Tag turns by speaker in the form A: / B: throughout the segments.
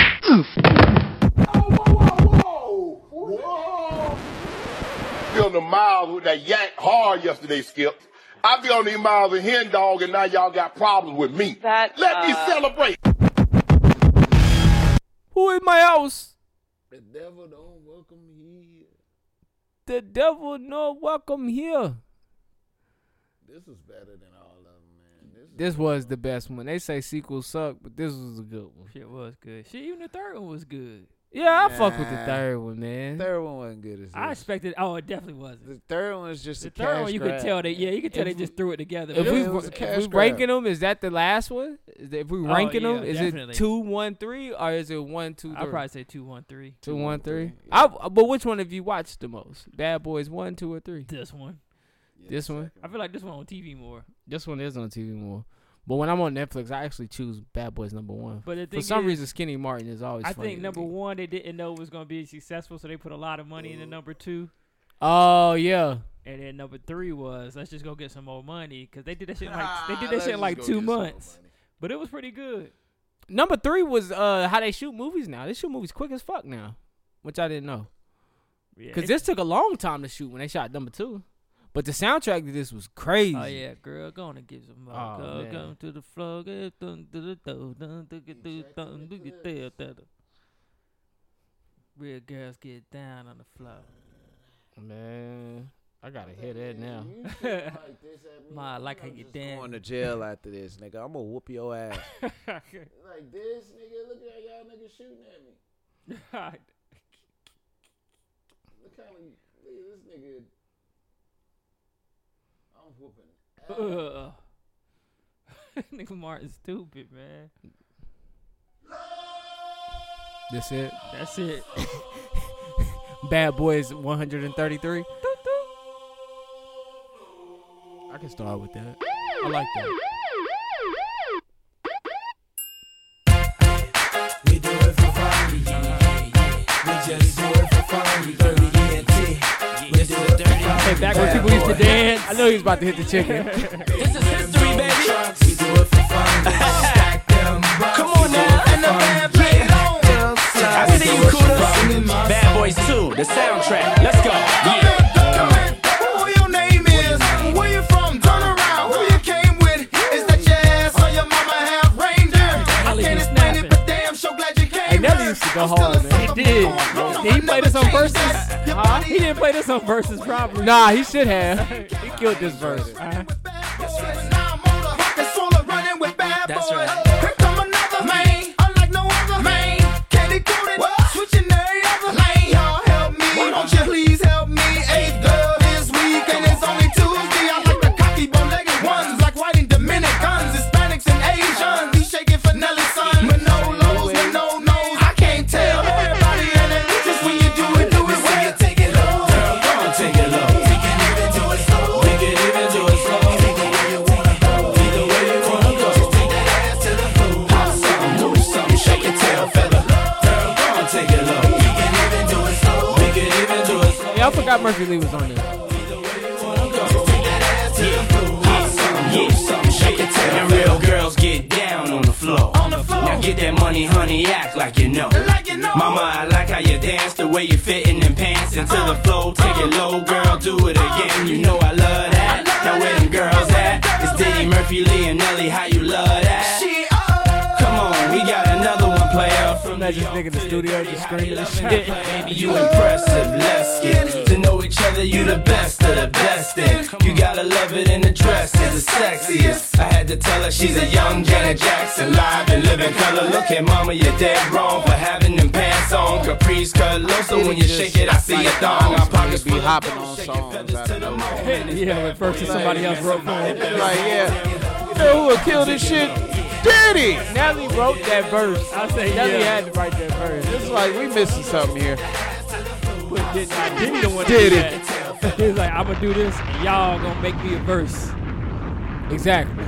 A: truth.
B: Whoa, whoa, whoa. Feeling the miles with that yank hard yesterday, Skip. I be on these miles of hen dog, and now y'all got problems with me.
C: That,
B: Let me
C: uh,
B: celebrate.
A: Who in my house?
D: The devil don't welcome here.
A: The devil no welcome here.
D: This is better than all of them, man. This,
A: This was the best one. They say sequels suck, but this was a good one.
E: Shit was good. Shit, even the third one was good.
A: Yeah, I fuck with the
D: Nah.
A: third one, man.
D: the third one wasn't good as this.
E: I expected. Oh, it definitely wasn't.
D: the third one was just
E: The
D: a
E: third
D: cash
E: one, you
D: grab.
E: could tell they. Yeah, you could tell
A: If
E: they just threw it together.
A: if
E: but
A: we
E: it
D: it was
E: was-
D: a
A: if
D: cash
A: we
D: grab.
A: ranking them, is that the last one? Is that, if we
E: Oh,
A: ranking
E: yeah,
A: them, is
E: definitely.
A: it two one three or is it one two three?
E: I'd probably say two, one, three.
A: two one three.
D: yeah.
A: I, but which one have you watched the most? Bad Boys one, two, or three?
E: This one.
D: Yeah,
A: This
D: the
A: one?
D: second
E: I feel like this one on TV more.
A: This one is on TV more. But when I'm on Netflix, I actually choose Bad Boys number one.
E: But the thing
A: For some
E: is,
A: reason, Skinny Martin is always.
E: I
A: funny
E: think
A: to
E: number
A: me.
E: one they didn't know was gonna be successful, so they put a lot of money
D: Mm.
E: into number two.
A: Oh yeah,
E: And then number three was let's just go get some more money because they did that shit in like they
D: Ah,
E: did that
D: let's
E: shit in
D: just
E: like
D: go
E: two
D: get some more
E: months,
D: money.
E: but it was pretty good.
A: number three was uh how they shoot movies now. They shoot movies quick as fuck now, which I didn't know.
E: Yeah,
A: Because
E: it-
A: this took a long time to shoot when they shot number two. But the soundtrack to this was crazy.
E: Oh yeah, girl, gonna give some more.
A: Oh,
E: girl,
A: man.
E: come to the floor, get dun dun dun dun dun dun dun dun dun dun dun dun dun dun. Real girls get down on the floor.
A: Man, I gotta hear that now.
E: Ma, I like how you
D: one.
E: dance.
D: Going to jail after this, nigga. I'm gonna whoop your ass. like this, nigga. Look at y'all niggas shooting at me. Look how many- look at this nigga. I'm whooping.
E: Ugh. Nigga Martin's stupid, man.
A: This it?
E: That's it.
A: Bad Boys 133. I can start with that. I like that.
F: We do it for fun. We just do it for fun. We dirty ENT. E We do it dirty.
E: Hey, back when people used to dance.
A: I know he was about to hit the chicken.
F: This is history, baby. We do it for fun. Stack them bucks. Come on now. And the bad play it on. I see you, Kuda. Bad Boys 2, the soundtrack. Let's go. Who your name is? Where you from? Turn around. Who you came with? Is that your ass or your mama have reindeer? I
E: Hollywood
F: can't explain
E: snapping.
F: it, but damn, sure glad you came.
A: Hey, Nelly
F: here.
A: used to go
F: I'm
A: hard,
F: still a
A: man.
F: sucker,
E: He did.
F: but going on.
E: Did he play this on
F: Never
E: Versus?
F: changed that. Your
E: Huh?
F: body
E: He didn't play this on Versus, probably.
A: nah, he should have. He killed this verse.
F: That's right. Here come another man, unlike no other man. Candy coated, switching every other lane. Y'all help me, won't you please help me? Eighth girl this week, and it's only Tuesday. I like the cocky, bow-legged ones, like white and Dominicans, Hispanics and Asians. He shaking for Nelly's son, with no lows, with no nose. I can't tell everybody, and it just when you do it, do it when you take it low. Girl, come on, take it low. We can even do it slow. We can even do it slow. Take it where you wanna go. Either way you wanna go. Just take that ass to the floor. Pop something, do something, shake your tail feather. Girl, come on, take it low. We can even do it slow. We can even do it slow.
A: Yeah, I forgot Murphy Lee was on there.
F: And real girls get down on the floor. On the floor. Now get that money, honey, act like you know. Like you know. Mama, I like how you dance, the way you fit in them pants. Into the flow, take it low, girl, do it again. You know I love that. Now where them girls at? It's Diddy, Murphy, Lee, and Nelly, how you love that? Come on, we got another one player from the
A: Imagine this nigga in the studio just screaming this shit.
F: Baby, you impressive. Let's get to know each other. You the best of the best. And you gotta love it in the dress. Is the sexiest. I had to tell her she's a young Janet Jackson, live and living color. Look at mama, you're dead wrong for having them pants on. Caprice Carlos, so when you shake it, I see a thong. Our pockets
D: be
F: full of
D: hopping
F: dough,
D: on
F: shaking
D: songs
F: feathers
D: out
F: to
D: of
F: the
D: nowhere.
F: moon.
E: yeah, but first somebody else wrote for him.
D: Like, yeah. You know who would kill this shit? Diddy!
A: Nelly wrote that verse.
E: I say,
A: Nelly
E: yeah.
A: had to write that verse.
D: It's like we missing something here.
E: Did, I didn't the one
D: Did
E: did
D: it.
E: it. He was like, I'm gonna do this, and y'all gonna make me a verse.
A: Exactly.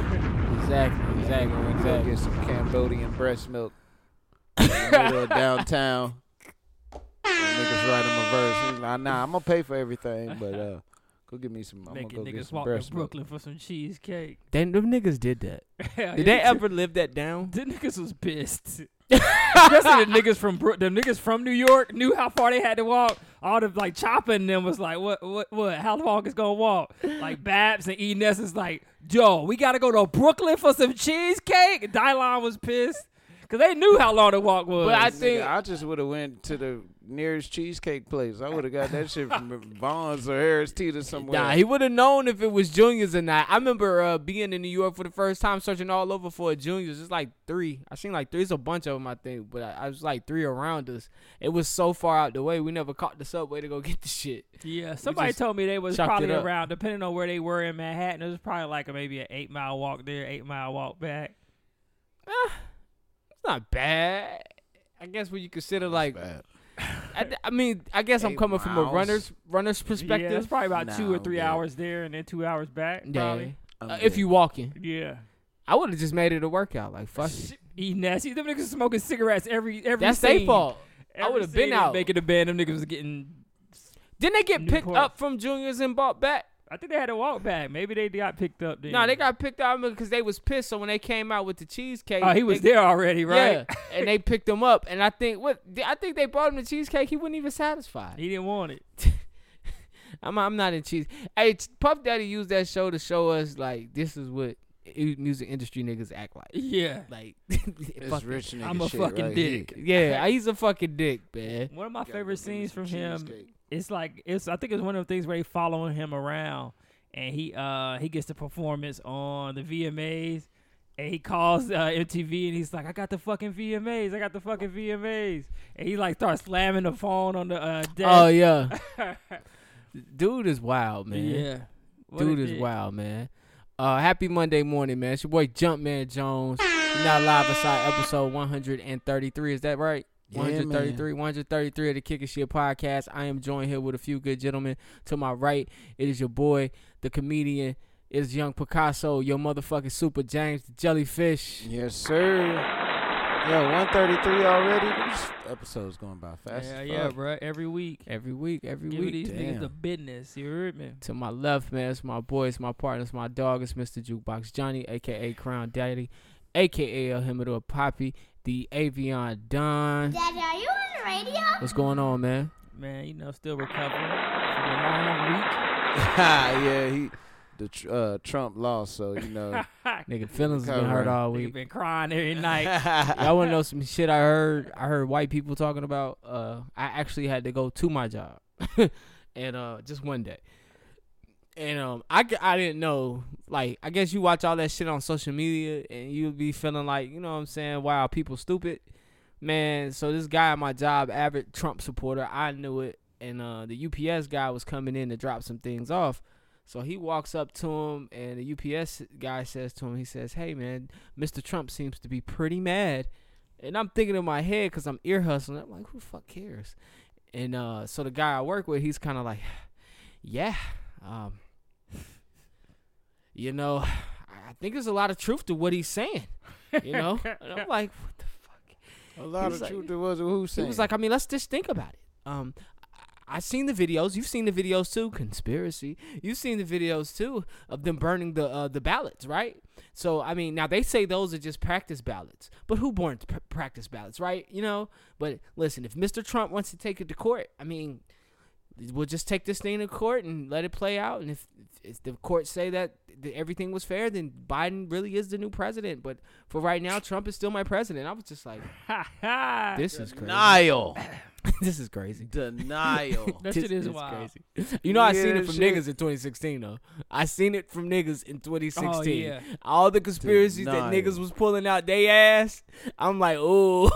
A: Exactly. Exactly.
D: Go
A: Exactly.
D: get some Cambodian breast milk. In the middle of downtown. Niggas write him a verse. He's like, nah, I'm gonna pay for everything, but uh, go get me some. I'm gonna
E: Naked
D: go get
E: niggas
D: some
E: walk to
D: breast milk.
E: Brooklyn for some cheesecake.
A: Then them niggas did that.
E: Hell,
A: Did
E: Oh, yeah,
A: they ever live that down?
E: The niggas was pissed. Especially the niggas from Bro- the niggas from New York knew how far they had to walk. All the like chopping them was like, what, what, what? How long is gonna walk? Like Babs and E Ness is like, yo, we gotta go to Brooklyn for some cheesecake. Dylon was pissed because they knew how long the walk was.
A: But I
D: Nigga,
A: think
D: I just would have went to the nearest cheesecake place. I would have got that shit from Vaughn's or Harris Teeter somewhere.
A: Nah, he would have known if it was juniors or not. I remember uh, being in New York for the first time, searching all over for a juniors. It's like three. I seen like three. It's a bunch of them, I think, but I, I was like three around us. It was so far out the way, we never caught the subway to go get the shit.
E: yeah, somebody
A: just
E: told me they was
A: chopped
E: probably
A: it up.
E: around, depending on where they were in Manhattan, it was probably like a, maybe an eight mile walk there, eight mile walk back.
A: It's not bad. I guess when you consider like,
D: bad.
A: I, I mean, I guess i I'm
D: Eight
A: coming from a
D: miles.
A: runner's runner's
E: Yeah, it's
A: perspective.
E: probably about two or
D: Nah,
E: three
D: yeah.
E: hours there and then two hours back. Probably.
D: I'm
A: Uh, if
D: good.
A: you walking,
E: Yeah.
A: I would have just made it a workout. Like fuck it.
E: Shit, E Nasty. Them niggas smoking cigarettes every every.
A: Uh, That's
E: scene.
A: their fault. I
E: Every
A: would've been
E: scene they
A: out.
E: making the band. Them niggas was getting.
A: Didn't they get picked
E: Newport.
A: up from juniors and bought back?
E: I think they had to walk back. Maybe they got picked up. Then.
A: No, they got picked up because they was pissed. So when they came out with the cheesecake,
E: Oh, he was
A: they-
E: there already, right?
A: Yeah, and they picked him up. And I think what I think they brought him the cheesecake. He wasn't even satisfied.
E: he didn't want it.
A: I'm I'm not in cheese. Hey, Puff Daddy used that show to show us like this is what i- music industry niggas act like.
E: Yeah.
A: Like,
D: it's
A: fuck-
D: rich nigga
E: I'm a
D: shit
E: fucking
D: right here.
E: dick.
A: yeah, he's a fucking dick, man.
E: One of my
D: Gotta go
E: favorite
D: get me
E: scenes
D: some
E: from him.
D: cheesecake.
E: It's like it's. I think it's one of the things where they following him around, and he uh he gets the performance on the VMAs, and he calls uh, MTV and he's like, "I got the fucking VMAs. I got the fucking VMAs." And he like starts slamming the phone on the uh, desk.
A: Oh yeah, dude is wild, man.
E: Yeah. What
A: Dude
E: a
A: is
E: dick.
A: wild, man. Uh, happy Monday morning, man. It's your boy Jumpman Jones. We're now live beside episode 133. Is that right?
D: Yeah,
A: 133, 133 of the Kick and Shit podcast. I am joined here with a few good gentlemen. To my right, it is your boy, the comedian, it is Young Picasso, your motherfucking Super James, the Jellyfish.
D: Yes, sir. Yo, 133 already. This episode's going by fast.
E: Yeah,
D: as
E: yeah,
D: fuck.
E: bro. Every week.
A: Every week, every
E: Give
A: week.
E: these niggas
D: damn.
E: the business. You heard me?
A: To my left, man, it's my boy, it's my partner, it's my dog, it's Mr. Jukebox Johnny, aka Crown Daddy, aka El Himador Poppy, the Avion Don.
C: Dad, are you on the radio?
A: What's going on, man?
E: Man, you know, still recovering from a long
D: yeah, he the tr- uh, Trump lost, so you know.
E: week.
A: Nigga, feelings has been hurt
D: Recovering.
A: all
E: Nigga
A: week.
E: been crying every night.
A: Y'all wanna know some shit I heard? I heard white people talking about. Uh, I actually had to go to my job, and uh, just one day. And um, I, g- I didn't know. Like, I guess you watch all that shit on social media, and you'll be feeling like, you know what I'm saying? Wow, people stupid, man. So this guy at my job, avid Trump supporter, I knew it. And uh, the UPS guy was coming in to drop some things off. So he walks up to him, and the UPS guy says to him, he says, "Hey, man, Mr. Trump seems to be pretty mad. And I'm thinking in my head because I'm ear hustling. I'm like, who the fuck cares? And uh, so the guy I work with, he's kind of like, yeah, um, you know, I I think there's a lot of truth to what he's saying. You know, and I'm like, what the fuck?
D: a lot
A: He's
D: of
A: like-
D: truth there was who
A: He
D: saying.
A: was like, I mean, let's just think about it. Um, I- I've seen the videos. You've seen the videos too. Conspiracy. You've seen the videos too of them burning the uh, the ballots, right? So I mean, now they say those are just practice ballots, but who burns pr- practice ballots, right? You know. But listen, if Mr. Trump wants to take it to court, I mean, we'll just take this thing to court and let it play out. And if if the courts say that th- everything was fair, then Biden really is the new president. But for right now, Trump is still my president. I was just like, this is crazy.
D: denial,
A: this is crazy.
D: denial.
E: that
A: This
E: shit is
A: is
E: wild.
A: You know, I seen
D: Yeah,
A: it from
D: shit.
A: niggas in 2016 though. I seen it from niggas in 2016.
E: Oh, yeah.
A: All the conspiracies that
D: Denial.
A: niggas was pulling out they ass. I'm like,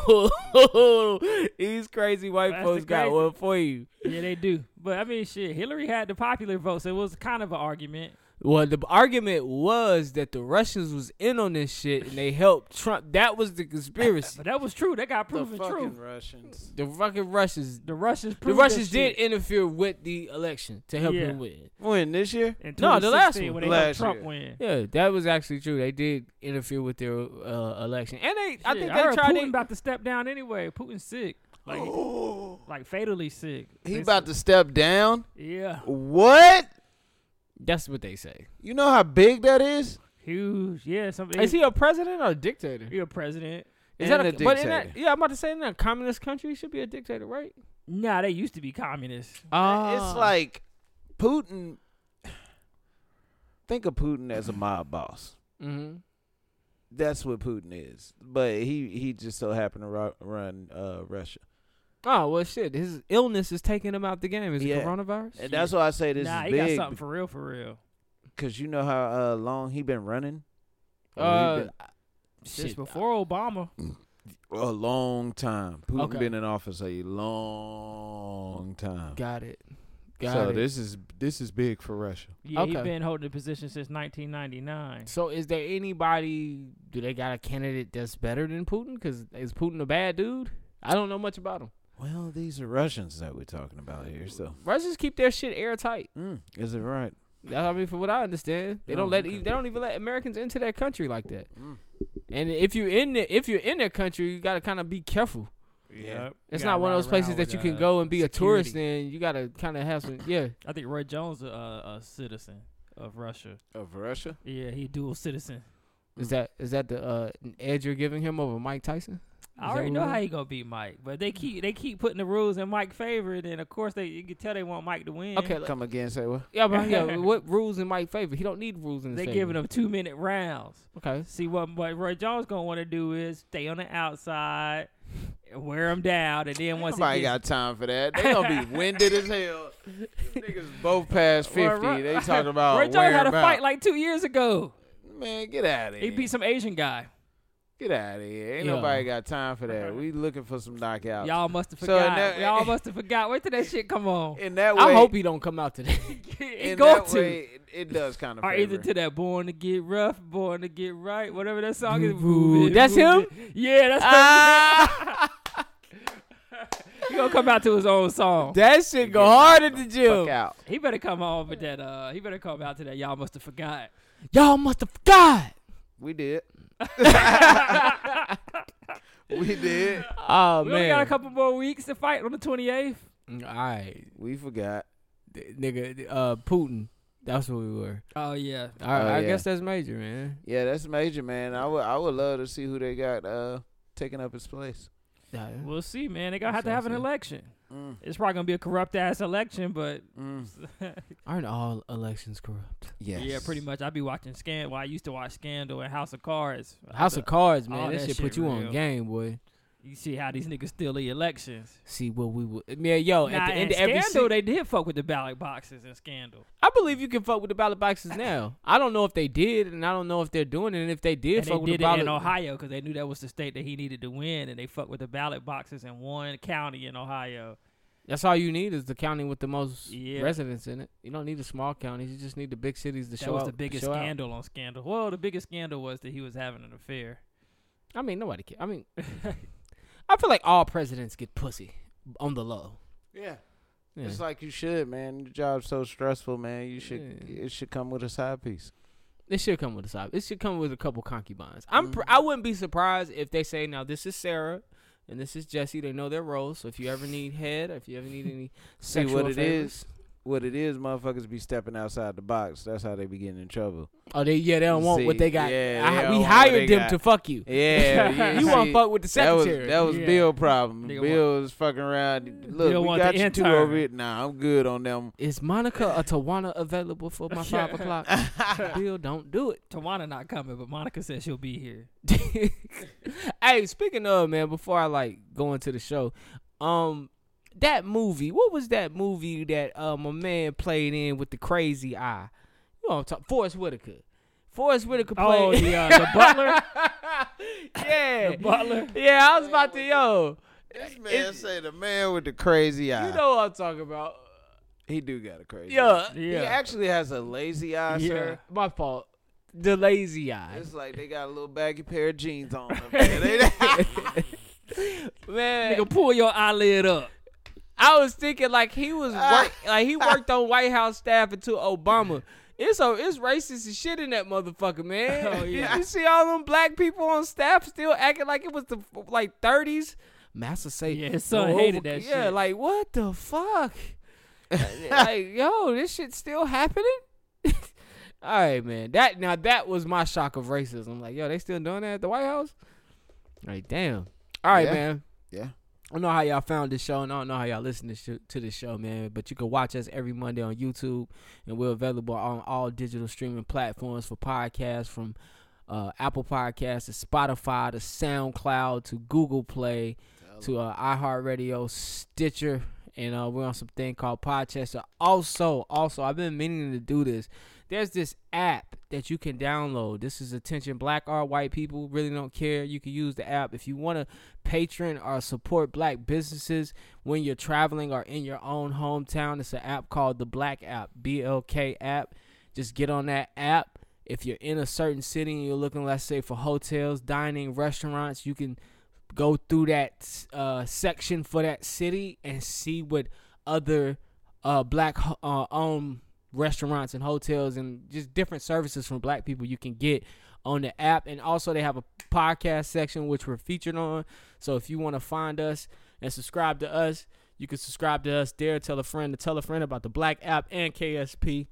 A: oh, these crazy white
E: That's the
A: folks got
E: crazy-
A: one for you.
E: Yeah, they do. But I mean, shit. Hillary had the popular vote, so it was kind of an argument.
A: Well, the argument was that the Russians was in on this shit and they helped Trump. That was the conspiracy.
E: But that was true. That got
D: the
E: proven
D: fucking
E: true.
D: Russians.
A: The fucking Russians.
E: The Russians.
A: The
E: Proved
A: Russians
E: that
A: did
E: shit.
A: interfere with the election to help
E: Yeah.
A: him win.
D: When this year?
E: In
A: No, the last
E: 2016
A: one.
E: when they
D: Last
E: let Trump
D: year.
E: win.
A: Yeah, that was actually true. They did interfere with their uh, election, and they I
E: Shit,
A: think
E: I
A: they
E: heard
A: tried
E: Putin
A: to.
E: about to step down anyway. Putin's sick, like like fatally sick.
D: Oh. He
E: They
D: about to step down.
E: said- yeah,
D: What?
A: That's what they say.
D: You know how big that is?
E: huge. Yeah, something.
A: Is he a president or a dictator?
E: He a president.
A: Is
D: And
A: that
D: a
A: But in that,
D: dictator.
A: yeah, I'm about to say in that communist country, it should be a dictator, right?
E: Nah, they used to be communists.
A: Ah.
D: Uh, it's like Putin. Think of Putin as a mob boss.
A: Mhm.
D: That's what Putin is. But he he just so happened to ru- run uh, Russia,
A: Oh well, shit. His illness is taking him out the game. Is
D: Yeah.
A: it coronavirus?
D: and that's why I say this
E: nah, he
D: is big
E: got something for real, for real.
D: because you know how uh, long he been running. Or he
A: Uh,
D: been-
E: Since
A: shit.
E: before Obama.
D: a long time. Putin
A: Okay.
D: been in office a long time.
A: Got it. Got
D: so
A: it.
D: this is this is big for Russia.
E: Yeah, he he
A: Okay.
E: been holding the position since 1999.
A: So is there anybody? Do they got a candidate that's better than Putin? Because is Putin a bad dude? I don't know much about him.
D: Well, these are Russians that we're talking about here. So,
A: Russians keep their shit airtight.
D: mm, is it right?
A: That's I mean, from what I understand, they don't
D: Oh,
A: let e,
D: okay.
A: they don't even let Americans into their country like that.
D: Mm.
A: And if you in the, if you're in their country, you got to kind of be careful.
E: Yep.
A: It's
E: Gotta
A: not one of
E: ride
A: those places
E: around
A: that
E: with,
A: you can
E: uh,
A: go and be a tourist.
E: security.
A: In you got to kind of have some. Yeah,
E: I think Roy Jones a, a citizen of Russia.
D: Of Russia?
E: Yeah, he dual citizen. Mm.
A: is that is that the uh, edge you're giving him over Mike Tyson?
E: I
A: Is that
E: already
A: what
E: know
A: it
E: how
A: is?
E: he gonna beat Mike, but they keep they keep putting the rules in Mike's favor, and of course they you can tell they want Mike to win.
A: Okay, like,
D: Come again, say what?
A: yeah, but yeah, what rules in Mike's favor? He don't need rules in his
E: they
A: favor.
E: giving them two minute rounds.
A: okay.
E: See what what Roy Jones gonna want to do is stay on the outside, wear him down, and then once
D: Nobody
E: he gets,
D: got time for that. They gonna be winded as hell. Them niggas both past
E: Well,
D: fifty.
E: Roy-
D: they talking about
E: Roy Jones had a
D: whereabout.
E: fight like two years ago.
D: Man, get out of
E: He
D: here.
E: beat some Asian guy.
D: get out of here. Ain't
A: Yeah.
D: nobody got time for that. We looking for some knockouts.
E: Y'all must have
D: Oh. So
E: forgot.
D: now-
E: Y'all must have forgot. Wait till that shit come on.
D: in that way,
A: I hope he don't come out today.
E: It's
D: in
E: going
D: that
E: to.
D: way, it, it does kind of.
E: Or either to that "Born to Get Rough," "Born to Get Right," whatever that song is.
A: Ooh,
E: Move it,
A: that's
E: move
A: him?
E: it. Yeah, that's
A: Ah!
E: him. He gonna come out to his own song.
A: that shit go hard at the
D: fuck
A: gym.
D: out.
E: He better come on with that. Uh, he better come out to that. Y'all must have forgot.
A: Y'all must have forgot.
D: We did. we did.
A: Oh
E: We only
A: man.
E: got a couple more weeks to fight on the twenty eighth.
A: All right,
D: We forgot.
A: Mm, nigga. Uh, Putin. That's what we were.
E: Oh yeah,
A: All right,
D: Oh,
A: I
D: yeah.
A: guess that's major, man.
D: Yeah, that's major, man. I would I would love to see who they got uh taking up his place.
A: Yeah.
E: we'll see, man. They gonna have to
A: So
E: have an
A: see.
E: election.
D: Mm,
E: It's probably gonna be a corrupt ass election, but
D: mm.
A: Aren't all elections corrupt?
D: Yes.
E: yeah, pretty much. I be watching Scandal. Well, I used to watch Scandal and House of Cards.
A: House of Cards, man.
E: all
A: that,
E: that
A: shit,
E: shit
A: put you
E: real.
A: on game, boy.
E: You see how these niggas steal the elections.
A: See what we would. Man, yo,
E: Nah,
A: at the end
E: and
A: of every
E: Scandal,
A: se-
E: they did fuck with the ballot boxes and Scandal.
A: I believe you can fuck with the ballot boxes now. I don't know if they did, and I don't know if they're doing it. And if they did,
E: And
A: fuck
E: they
A: with the
E: did it
A: ballot.
E: in Ohio because they knew that was the state that he needed to win, and they fucked with the ballot boxes in one county in Ohio.
A: That's all you need is the county with the most
E: Yeah.
A: residents in it. You don't need the small counties. You just need the big cities to
E: That
A: show
E: was
A: out-
E: the biggest
A: show out.
E: scandal on Scandal. Well, the biggest scandal was that he was having an affair.
A: I mean, nobody cares. I mean, I feel like all presidents get pussy on the low.
D: Yeah.
A: Yeah.
D: It's like you should, man. Your job's so stressful, man. You should
A: Yeah.
D: it should come with a side piece.
A: It should come with a side. It should come with a couple concubines. I'm.
D: Mm-hmm.
A: Pr- I wouldn't be surprised if they say, "Now this is Sarah, and this is Jesse." They know their roles. So if you ever need head, if you ever need any,
D: See
A: Sexual
D: what it
A: favors.
D: is. What it is, motherfuckers be stepping outside the box. That's how they be getting in trouble.
A: oh, they yeah, they don't want what
D: See,
A: they got.
D: yeah,
A: I-
D: they don't
A: we
D: want what they
A: hired them
D: got.
A: to fuck you.
D: Yeah,
A: you want to
D: see,
A: fuck with the
D: That was
A: secretary?
D: that was
E: Yeah.
D: Bill problem.
E: Nigga
D: Bill was fucking around. Look,
E: Bill
D: we
E: want
D: got
E: the
D: you two
E: intern.
D: over it. Nah, I'm good on them.
A: is Monica a Tawana available for my five o'clock? Bill, don't do it.
E: Tawana not coming, but Monica said she'll be here.
A: hey, speaking of man, before I like go into the show, um, that movie. What was that movie that uh my man played in with the crazy eye? You know, what I'm talking Forrest Whitaker. Forrest Whitaker played.
E: Oh, the, uh, the butler?
A: yeah,
E: The butler?
A: Yeah, I was about to yo.
D: This man say the man with the crazy eye.
A: You know what I'm talking about?
D: he do got a crazy. eye.
A: Yeah,
D: he
E: Yeah.
D: actually has a lazy eye, sir.
A: my fault. The lazy eye.
D: It's like they got a little baggy pair of jeans on. up there. They-
A: Man,
E: Nigga, pull your eyelid up.
A: I was thinking like he was
E: Ah.
A: work, like he worked on White House staff until Obama. It's so it's racist as shit in that motherfucker, man.
E: Oh, yeah.
A: you see all them black people on staff still acting like it was the like thirties. Massa say,
E: Yeah, his son
A: "No,
E: hated that
A: Yeah,
E: shit.
A: like what the fuck? like yo, this shit still happening. all right, man. That now that was my shock of racism. Like yo, they still doing that at the White House. Like, damn. All right,
D: Yeah.
A: man.
D: Yeah.
A: I don't know how y'all found this show, and I don't know how y'all listen to, sh- to this show, man. But you can watch us every Monday on YouTube, and we're available on all digital streaming platforms for podcasts from uh, Apple Podcasts to Spotify to SoundCloud to Google Play to uh, iHeartRadio, Stitcher, and uh, we're on something called Podchester. Also, also, I've been meaning to do this. There's this app that you can download. This is attention black or white people really don't care. You can use the app if you want to patron or support black businesses when you're traveling or in your own hometown. It's an app called the Black App, BLK app. Just get on that app. If you're in a certain city and you're looking, let's say, for hotels, dining, restaurants, you can go through that uh, section for that city and see what other uh, black ho- uh, owned restaurants and hotels and just different services from black people you can get on the app. And also, they have a podcast section which we're featured on. So if you want to find us and subscribe to us, you can subscribe to us there. Tell a friend to tell a friend about the Black App and KSP.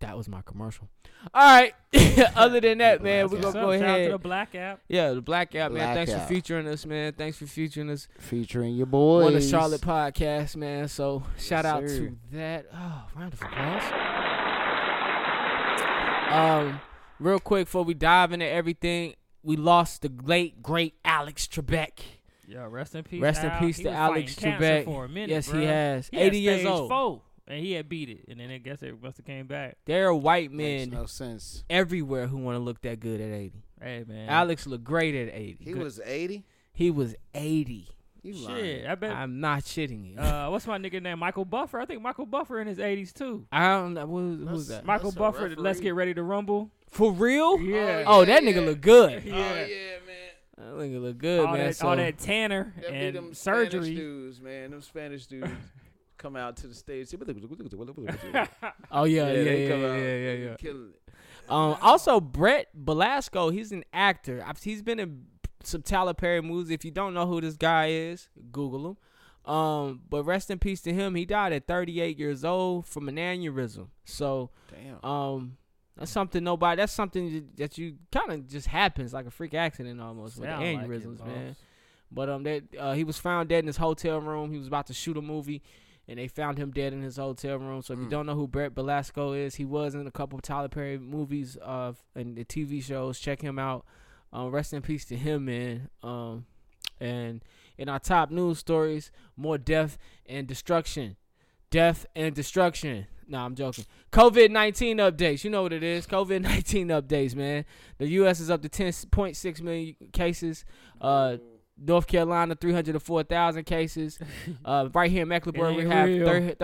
A: That was my commercial. All right. Other than that, man, we're gonna
E: What's up?
A: go
E: Shout out to
A: ahead.
E: the black app.
A: Yeah, the Black App, man.
D: Black
A: Thanks
D: App.
A: for featuring us, man. Thanks for featuring us
D: Featuring your boys.
A: on the Charlotte podcast, man. So shout out
D: sir.
A: to that. Oh, round of applause. Um, real quick before we dive into everything, we lost the late great Alex Trebek.
E: Yeah, rest in peace.
A: Rest in
E: Al.
A: peace
E: He
A: to
E: was
A: Alex
E: fighting cancer
A: Trebek.
E: For a minute,
A: Yes, he
E: bruh.
A: has.
E: He had
A: 80 years
E: stage
A: old.
E: Four, and he had beat it, and then I guess it must have came back.
A: There are white
D: Makes
A: men
D: no sense.
A: everywhere who want to look that good at 80.
E: Hey man,
A: Alex looked great at 80.
D: He
A: Good-
D: was 80?
A: he was 80.
D: You lying.
E: Shit, I bet.
A: I'm not shitting you.
E: uh, what's my nigga name? Michael Buffer. I think Michael Buffer in his eighties too.
A: I don't know who, who's that.
E: Michael
D: a
E: Buffer. Let's
D: referee. Oh,
E: get ready to rumble.
A: For real?
E: Yeah.
A: Oh, that nigga look good.
E: Yeah.
A: That nigga look good,
E: all,
A: man.
E: that,
A: so,
E: all that Tanner
D: That be them
E: and
D: Spanish
E: surgery.
D: dudes, man. Them Spanish dudes come out to the stage. yeah,
A: oh yeah, yeah,
D: they
A: yeah,
D: come
A: yeah,
D: out
A: yeah, yeah, yeah.
D: killing it.
A: Um, also, Brett Belasco, he's an actor. I've, he's been in some Tyler Perry movies. If you don't know who this guy is, Google him. Um, but rest in peace to him. He died at 38 years old from an aneurysm. So,
D: Damn.
A: um, that's something nobody. That's something that you kind of just happens like a freak accident almost with
E: Sound like it,
A: aneurysms,
E: boss.
A: man. But um, that uh, he was found dead in his hotel room. He was about to shoot a movie, and they found him dead in his hotel room. So if you don't know who Brett Belasco is, he was in a couple of Tyler Perry movies, uh, and the TV shows. Check him out. Uh, rest in peace to him, man. Um, and in our top news stories, more death and destruction. Death and destruction. Nah, I'm joking. COVID 19 updates. You know what it is. COVID 19 updates, man. The U.S. is up to 10.6 million cases. Uh, North Carolina, 304,000 cases. Uh, right here in Mecklenburg,
E: It
A: we
E: ain't
A: have
E: real.
A: thir-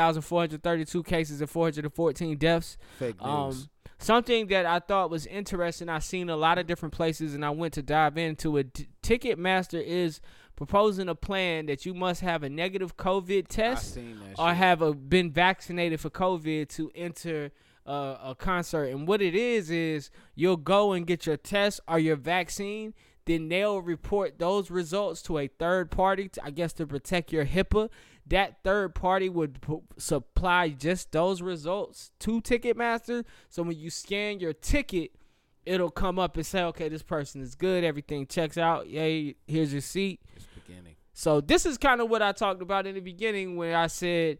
A: 37,432 cases and 414 deaths.
D: Fake news.
A: Um, something that I thought was interesting, I seen a lot of different places, and I went to dive into it. T- Ticketmaster is proposing a plan that you must have a negative COVID test
D: seen that
A: or
D: shit.
A: have a, been vaccinated for COVID to enter. Uh, a concert and what it is is you'll go and get your test or your vaccine then they'll report those results to a third party to, i guess to protect your hipaa that third party would p- supply just those results to ticketmaster so when you scan your ticket it'll come up and say okay this person is good everything checks out yay here's your seat
D: beginning.
A: so this is kind of what I talked about in the beginning when I said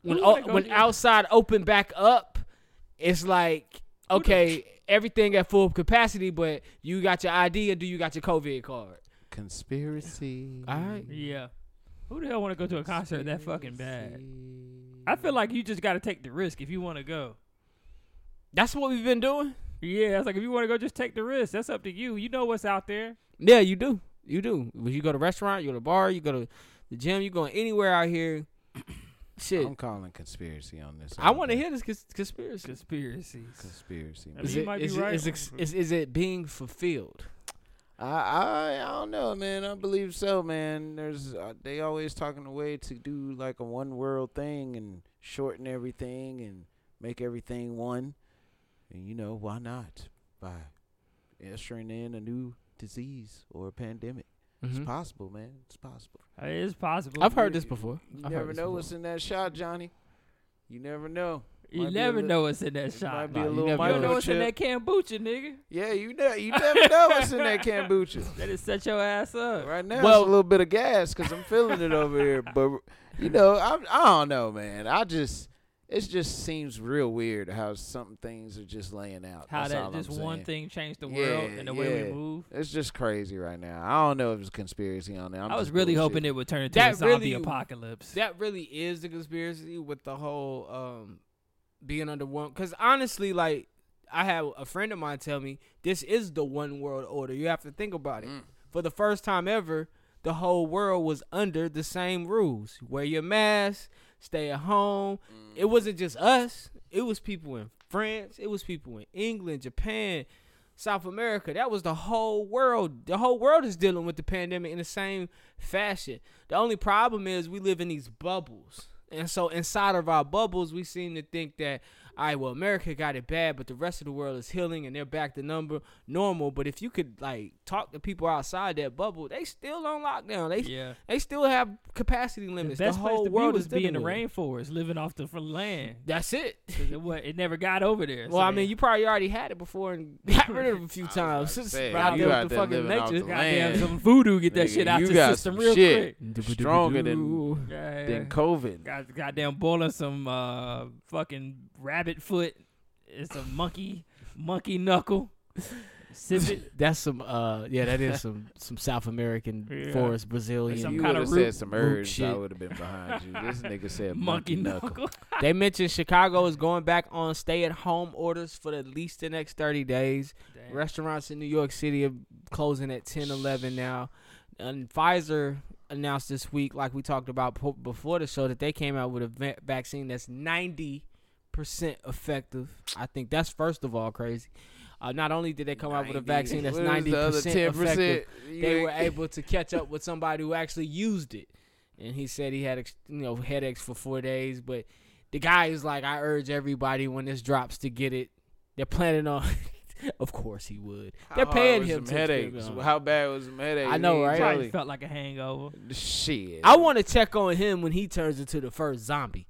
A: when
E: Who
A: o-
E: wanna go
A: when
E: to-
A: outside open back up, it's like okay, everything at full capacity, but you got your ID or do you got your COVID card?
D: Conspiracy.
A: All right.
E: Yeah. Who the hell want to go to a concert that fucking bad? I feel like you just got to take the risk if you want to go.
A: That's what we've been doing.
E: Yeah, it's like if you want to go, just take the risk. That's up to you. You know what's out there.
A: Yeah, you do. You do. When you go to restaurant, you go to bar, you go to the gym, you going anywhere out here. Shit.
D: I'm calling conspiracy on this.
A: I want to
D: Okay.
A: hear this cons- conspiracy.
E: Conspiracies.
D: conspiracy. man.
E: Is
A: Is
E: You
A: it,
E: might be
A: is, it-
E: right
A: is,
E: on
A: ex-
E: some-
A: is, is it being fulfilled?
D: I, I I don't know, man. I believe so, man. There's uh, they always talking a way to do like a one world thing and shorten everything and make everything one. And you know why not by ushering in a new disease or a pandemic?
A: Mhm.
D: It's possible, man. It's possible.
E: It is possible.
A: I've heard this before.
D: You
A: I've heard
D: never
A: this
D: know
A: before.
D: what's in that shot, Johnny. You never know.
E: You
D: Might be a
E: never
D: lit-
E: know what's in that
D: Might
E: shot.
D: be
A: Nah,
D: a
A: you
D: little
A: never
E: You don't know what's in
D: microchip.
E: that kombucha, nigga.
D: Yeah, you know, you never know what's in that kombucha.
E: That is set your ass up.
D: Right now,
A: Well-
D: it's a little bit of gas because I'm feeling it over here. But you know, I I don't know, man. I just it just seems real weird how some things are just laying out.
E: How
D: That's all
E: that
D: I'm
E: just one
D: saying.
E: thing changed the
D: Yeah,
E: world and the way we
D: yeah.
E: move.
D: It's just crazy right now. I don't know if it's a conspiracy on there. I'm
E: i was
D: just
E: really
D: bullshit.
E: hoping it would turn into
A: That
E: a zombie
A: really-
E: apocalypse.
A: that really is the conspiracy with the whole um being under one because honestly like i had a friend of mine tell me this is the one world order you have to think about
E: Mm.
A: it for the first time ever the whole world was under the same rules wear your mask stay at home it
E: Mm.
A: wasn't just us it was people in france it was people in england japan South America. That was the whole world. The whole world is dealing with the pandemic in the same fashion. The only problem is we live in these bubbles. And so inside of our bubbles, we seem to think that, all right, well, America got it bad, but the rest of the world is healing and they're back to number normal. But if you could like talk to people outside that bubble, they still on lockdown. They
E: Yeah.
A: they still have capacity
E: The
A: limits. The,
E: best
A: whole
E: place to
A: world
E: be was
A: is
E: be in the
A: dealing with it.
E: rainforest, living off the from land.
A: That's it.
E: 'Cause it, wa- it never got over there.
A: Well,
E: so
A: I mean, you probably already had it before and got rid of it a few
D: I was
A: times.
D: about to say,
A: Right out
D: you
A: there
D: out
A: with the
D: there
A: fucking
D: living off
A: nature.
D: the
E: goddamn
D: land.
E: some voodoo get that shit out
D: you
E: the
D: got
E: system
D: some
E: real
D: shit
E: quick.
D: stronger than
E: Yeah, yeah.
D: than COVID.
E: God, goddamn boiling some uh, fucking rabbit foot. It's a monkey, monkey knuckle. Sip it.
A: That's some uh yeah, that is some some South American
E: Yeah.
A: forest Brazilian.
E: Some
D: you
E: kinda
D: would have
E: root-
D: said some
A: root
D: herbs, I
A: shit.
D: would have been behind you. This nigga said
E: monkey
D: monkey knuckle.
E: knuckle.
A: they mentioned Chicago is going back on stay at home orders for at least the next 30 days.
E: Damn.
A: Restaurants in New York City are closing at 10 11 now. And Pfizer announced this week like we talked about po- before the show that they came out with a va- vaccine that's 90% effective. I think that's first of all crazy. Uh, not only did they come out with a vaccine that's
D: What
A: ninety
D: is the other
A: percent effective,
D: 10%? You
A: they were
D: ain't-
A: able to catch up with somebody who actually used it. And he said he had ex- you know headaches for four days, but the guy is like, I urge everybody when this drops to get it. They're planning on. of course he would. They're
D: How hard
A: paying
D: Oh, was
A: him
D: them
A: to experiment
D: headaches.
A: on it.
D: How bad was some headaches?
A: I know,
D: You
A: right?
D: ain't
E: Probably
D: telling-
E: felt like a hangover.
D: Shit.
A: I want to check on him when he turns into the first zombie.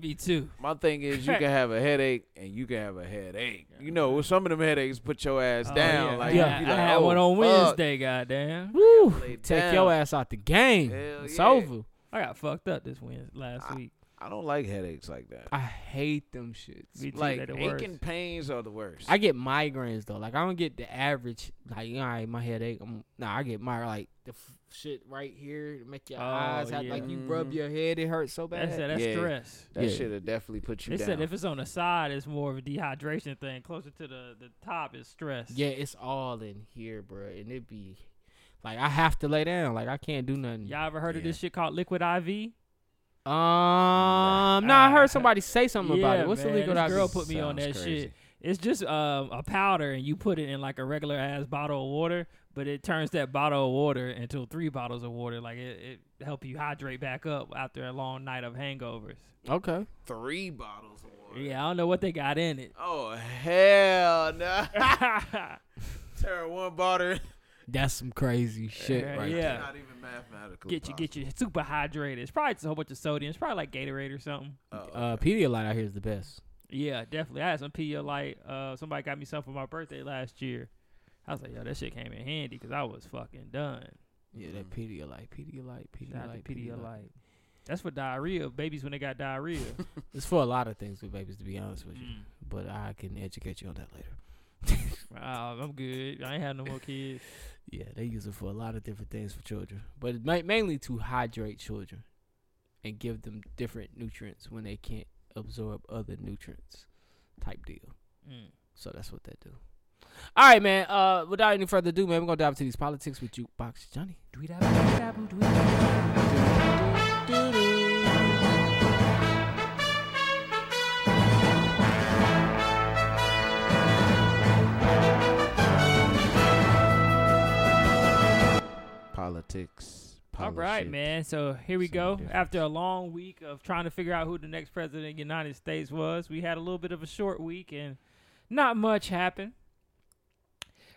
E: Me too.
D: My thing is, you can have a headache and you can have a headache. You know, with some of them headaches put your ass
E: Oh,
D: down.
E: yeah.
D: Like,
E: yeah,
D: you
E: I
D: like,
E: had
D: oh,
E: one on
D: fuck.
E: Wednesday. Goddamn,
A: Woo!
D: lay
A: Take
D: down.
A: your ass out the game.
D: Hell
A: it's
D: yeah.
A: over.
E: I got fucked up this Wednesday last week.
D: I don't like headaches like that.
A: I hate them shits.
E: Me too,
A: like
E: they the worst.
D: Aching pains are the worst.
A: I get migraines though. Like I don't get the average. Like all right, my headache. I'm, nah, I get my like the f- shit right here to make your
E: Oh,
A: eyes have,
E: yeah.
A: like you rub
D: Mhm.
A: your head. It hurts so bad.
E: That's that's
D: Yeah.
E: stress.
D: that
A: yeah.
D: should have definitely put you
E: They
D: down.
E: said if it's on the side, it's more of a dehydration thing. Closer to the, the top is stress.
A: yeah, it's all in here, bro. And it be like I have to lay down. Like I can't do nothing.
E: Y'all ever heard of this shit called liquid IV?
A: Um, no, I heard somebody say something about it. What's
E: man,
A: the legal
E: this girl
A: doctor?
E: put me on that
D: Sounds
E: shit.
D: crazy.
E: It's just um, a powder, and you put it in like a regular ass bottle of water, but it turns that bottle of water into three bottles of water. Like it, it help you hydrate back up after a long night of hangovers.
A: Okay.
D: Three bottles of water.
E: Yeah, I don't know what they got in it.
D: Oh, hell no. Turn one bottle.
A: That's some crazy shit
E: Yeah,
A: right
E: yeah.
A: there.
D: Not even mathematically.
E: Get you, get you super hydrated. It's probably just a whole bunch of sodium. It's probably like Gatorade or something.
D: possible. Oh,
A: Uh, Pedialyte out here is the best.
E: Yeah, definitely. I had some Pedialyte. Uh, somebody got me some for my birthday last year. I was like, yo, that shit came in handy because I was fucking done.
A: Yeah, that Pedialyte, Pedialyte,
E: Mm. Shout out
A: Pedialyte,
E: to Pedialyte. That's for diarrhea, babies when they got diarrhea. Mm.
A: It's for a lot of things with babies, to be honest with you. But I can educate you on that later.
E: Wow, I'm good. I ain't had no more kids.
A: Yeah, they use it for a lot of different things for children, but it ma- mainly to hydrate children and give them different nutrients when they can't absorb other nutrients, type deal.
E: Mm.
A: So that's what they do. All right, man. Uh, without any further ado, man, we're gonna dive into these politics with Jukebox Johnny.
D: politics.
E: All right,
D: politics.
E: man. So here we
D: Sound
E: go.
D: different.
E: After a long week of trying to figure out who the next president of the United States was, we had a little bit of a short week and not much happened.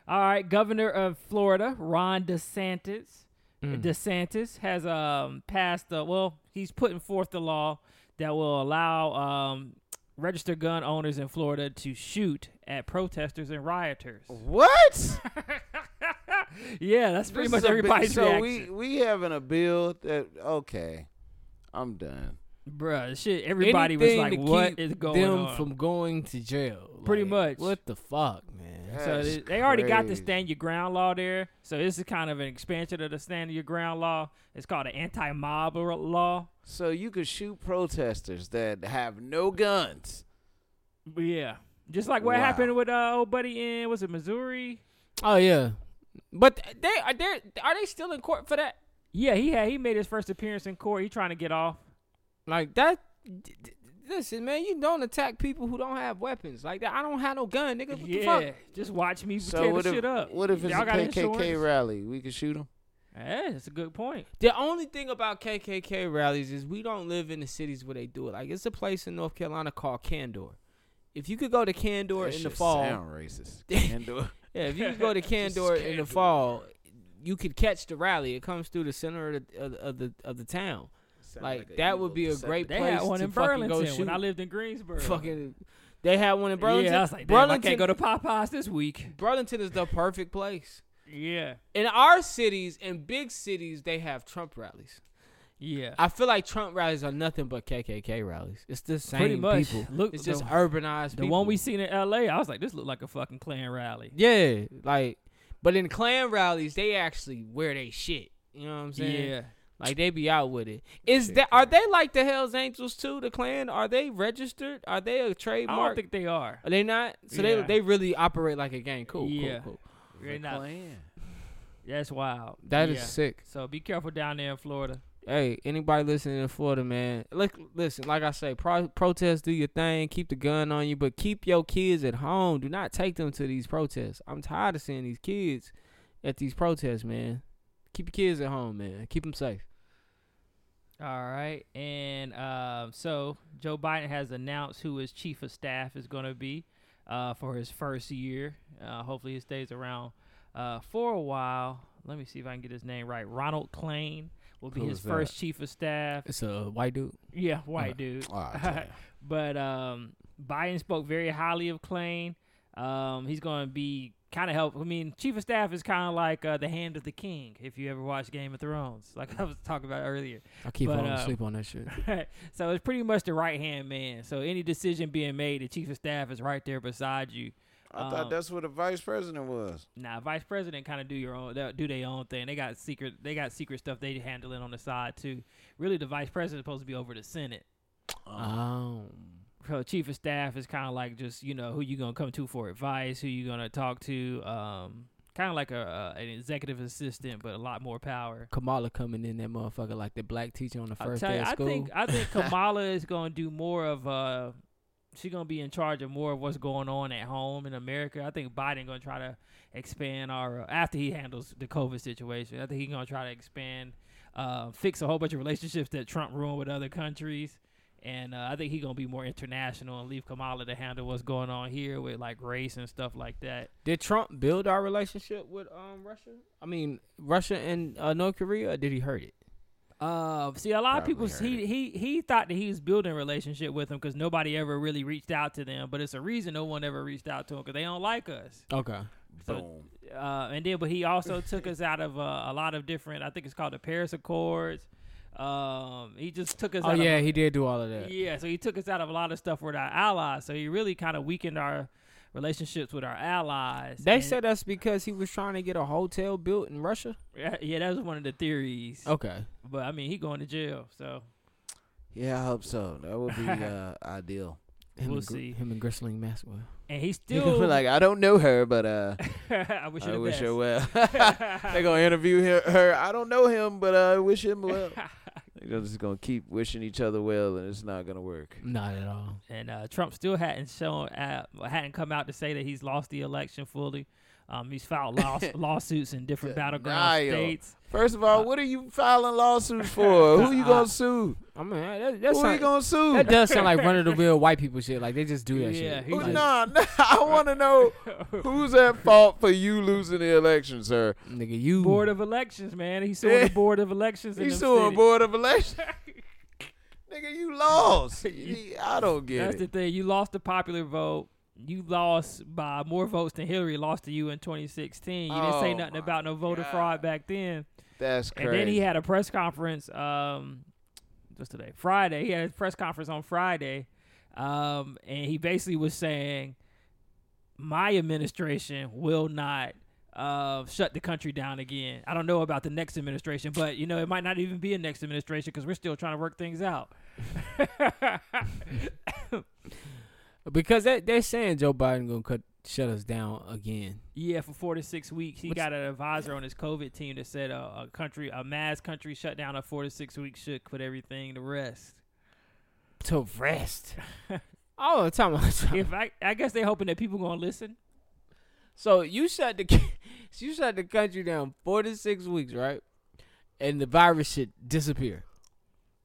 E: All right, Governor of Florida, Ron DeSantis.
D: Mm.
E: DeSantis has um passed the well, he's putting forth the law that will allow um register gun owners in Florida to shoot at protesters and rioters.
D: What?
E: Yeah, that's pretty
D: Oh.
E: much
D: This is a bi-
E: everybody's
D: So we
E: reaction.
D: we having a bill that okay, I'm done.
E: Bruh, shit, everybody was
A: Anything
E: like,
A: to
E: "What
A: keep
E: is going
A: them
E: on?"
A: from going to jail?
E: Pretty
A: Like,
E: much.
A: What the fuck, man?
E: So
D: That's
E: they, they already got the
D: crazy.
E: stand your ground law there. So this is kind of an expansion of the stand your ground law. It's called an anti mob law.
D: So you could shoot protesters that have no guns.
E: But yeah, just like what
D: Wow.
E: happened with uh, old buddy in was it Missouri?
A: Oh yeah, but they are they are they still in court for that?
E: Yeah, he had he made his first appearance in court. He trying to get off.
A: Like that. d- d- Listen, man, you don't attack people who don't have weapons. Like that, I don't have no gun, nigga. What
E: yeah,
A: the fuck?
E: just watch me
D: So
E: tear
D: what
E: the
D: if
E: shit up.
D: what if it's
E: Y'all
D: a
E: got
D: KKK
E: insurance?
D: rally? We could shoot them.
E: Yeah, that's a good point.
A: The only thing about KKK rallies is we don't live in the cities where they do it. Like it's a place in North Carolina called Candor. If you could go to Candor in the fall,
D: Sound racist. Candor.
A: Yeah, if you could go to Candor in the fall, you could catch the rally. It comes through the center of the of, of the of the town. like, that would be a great
E: They
A: place
E: had one
A: to
E: in
A: fucking go
E: Burlington
A: shoot.
E: when I lived in Greensboro.
A: Fucking, they had one in Burlington.
E: Yeah, I was like, damn,
A: Burlington,
E: I can't go to Popeyes this week.
A: Burlington is the perfect place.
E: Yeah,
A: In our cities, in big cities, they have Trump rallies.
E: yeah.
A: I feel like Trump rallies are nothing but KKK rallies. It's the same
E: Pretty much.
A: people.
E: Look,
A: it's just
E: the-
A: urbanized.
E: The one
A: people.
E: we seen in L.A., I was like, this looked like a fucking Klan rally.
A: Yeah, like, but in Klan rallies, they actually wear they shit. You know what I'm saying?
E: Yeah.
A: Like they be out with it. Is that are they like the Hell's Angels too? The Klan are they registered? Are they a
E: I
A: trademark?
E: don't think they are.
A: are they not? So they
E: Yeah.
A: they really operate like a gang. Cool,
E: Yeah.
A: cool, cool.
E: They're not. That's wild.
A: That is
E: Yeah.
A: sick.
E: So be careful down there in Florida.
A: Hey, anybody listening in Florida, man? Look, listen. Like I say, pro- protest, do your thing. Keep the gun on you, but keep your kids at home. Do not take them to these protests. I'm tired of seeing these kids at these protests, man. Keep your kids at home, man. Keep them safe.
E: All right. And um, so Joe Biden has announced who his chief of staff is going to be uh, for his first year. Uh, hopefully, he stays around uh, for a while. Let me see if I can get his name right. Ronald Klain will be
A: Who
E: his
A: is that?
E: first chief of staff.
A: It's a white dude.
E: Yeah, white dude.
D: Aw, damn.
E: but um, Biden spoke very highly of Klain. Um, he's going to be kind of help. I mean, chief of staff is kind of like uh, the hand of the king. If you ever watch Game of Thrones, like I was talking about earlier.
A: I keep
E: But,
A: falling
E: uh,
A: asleep on that shit.
E: so it's pretty much the right hand man. So any decision being made, the chief of staff is right there beside you.
D: I
E: Um,
D: thought that's what a vice president was.
E: Now, vice president kind of do your own, they'll do their own thing. They got secret, they got secret stuff they handling on the side too. Really, the vice president supposed to be over the Senate.
A: Um,
E: So chief of staff is kind of like just you know who you gonna come to for advice, who you gonna talk to. Um, kind of like a uh, an executive assistant, but a lot more power.
A: Kamala coming in that motherfucker like the black teacher on the
E: I'll
A: first
E: tell
A: day
E: you,
A: of
E: I
A: school.
E: think I think Kamala is going to do more of uh she's going to be in charge of more of what's going on at home in America. I think Biden going to try to expand our uh, after he handles the COVID situation. I think he's going to try to expand uh fix a whole bunch of relationships that Trump ruined with other countries. And uh, I think he's gonna be more international and leave Kamala to handle what's going on here with like race and stuff like that.
A: did Trump build our relationship with um Russia? I mean, Russia and uh, North Korea. Or did he hurt it?
E: Uh, see, a lot
D: Probably
E: of people
D: heard
E: he, he he thought that he was building a relationship with them because nobody ever really reached out to them. But it's a reason no one ever reached out to him because they don't like us.
A: Okay.
E: So-
D: Boom.
E: Uh, and then, but he also took us out of uh, a lot of different. I think it's called the Paris Accords. Um, he just took us.
A: Oh
E: out
A: yeah,
E: of,
A: he did do all of that.
E: yeah. So he took us out of a lot of stuff with our allies. So he really kind of weakened our relationships with our allies.
A: They
E: And-
A: said that's because he was trying to get a hotel built in Russia.
E: yeah, yeah, that was one of the theories.
A: Okay.
E: But I mean, he going to jail, so
D: Yeah, I hope so. That would be uh, ideal.
E: We'll
A: and, Gr-
E: see.
A: Him and Gristling Maxwell.
E: and he
D: You
E: still
D: could be like, I don't know her, but uh,
E: I wish you
D: I
E: the
D: wish
E: best.
D: her well. They're gonna interview her, her. I don't know him, but uh, I wish him well. They're just gonna keep wishing each other well, and it's not gonna work.
A: Not at all.
E: and uh, Trump still hadn't shown uh, hadn't come out to say that he's lost the election fully. Um, he's filed laws, lawsuits in different battleground
D: Denial.
E: states.
D: First of all, what are you filing lawsuits for? Who you gonna sue?
A: I mean, that, that,
D: Who you
A: sound-
D: gonna sue?
A: that does sound like run of the mill white people shit. Like they just do that
E: Yeah,
A: shit.
E: he
D: Who-
A: Like,
D: nah, nah, I want to know who's at fault for you losing the election, sir.
A: Nigga, you
E: Board of Elections, man. He's suing the
D: Yeah.
E: board of elections. in
D: He's
E: them
D: suing
E: cities.
D: board of election. Nigga, you lost. You- I don't get
E: That's
D: it.
E: the thing. You lost the popular vote. You lost by more votes than Hillary lost to you in 2016. You didn't say
D: Oh
E: nothing
D: my
E: about no voter fraud back then.
D: That's crazy.
E: And then he had a press conference. Um, what's today? Friday. He had a press conference on Friday, um, and he basically was saying, "My administration will not." Uh, shut the country down again. I don't know about the next administration, but you know it might not even be a next administration because we're still trying to work things out.
A: because they they're saying Joe Biden gonna cut shut us down again.
E: Yeah, for four to six weeks, he
A: What's-
E: got an advisor on his COVID team that said uh, a country, a mass country shutdown of four to six weeks should put everything to rest.
A: To rest. All the time. all the time.
E: If I, I guess they hoping that people gonna listen.
A: So you shut the you shut the country down four to six weeks, right? And the virus should disappear.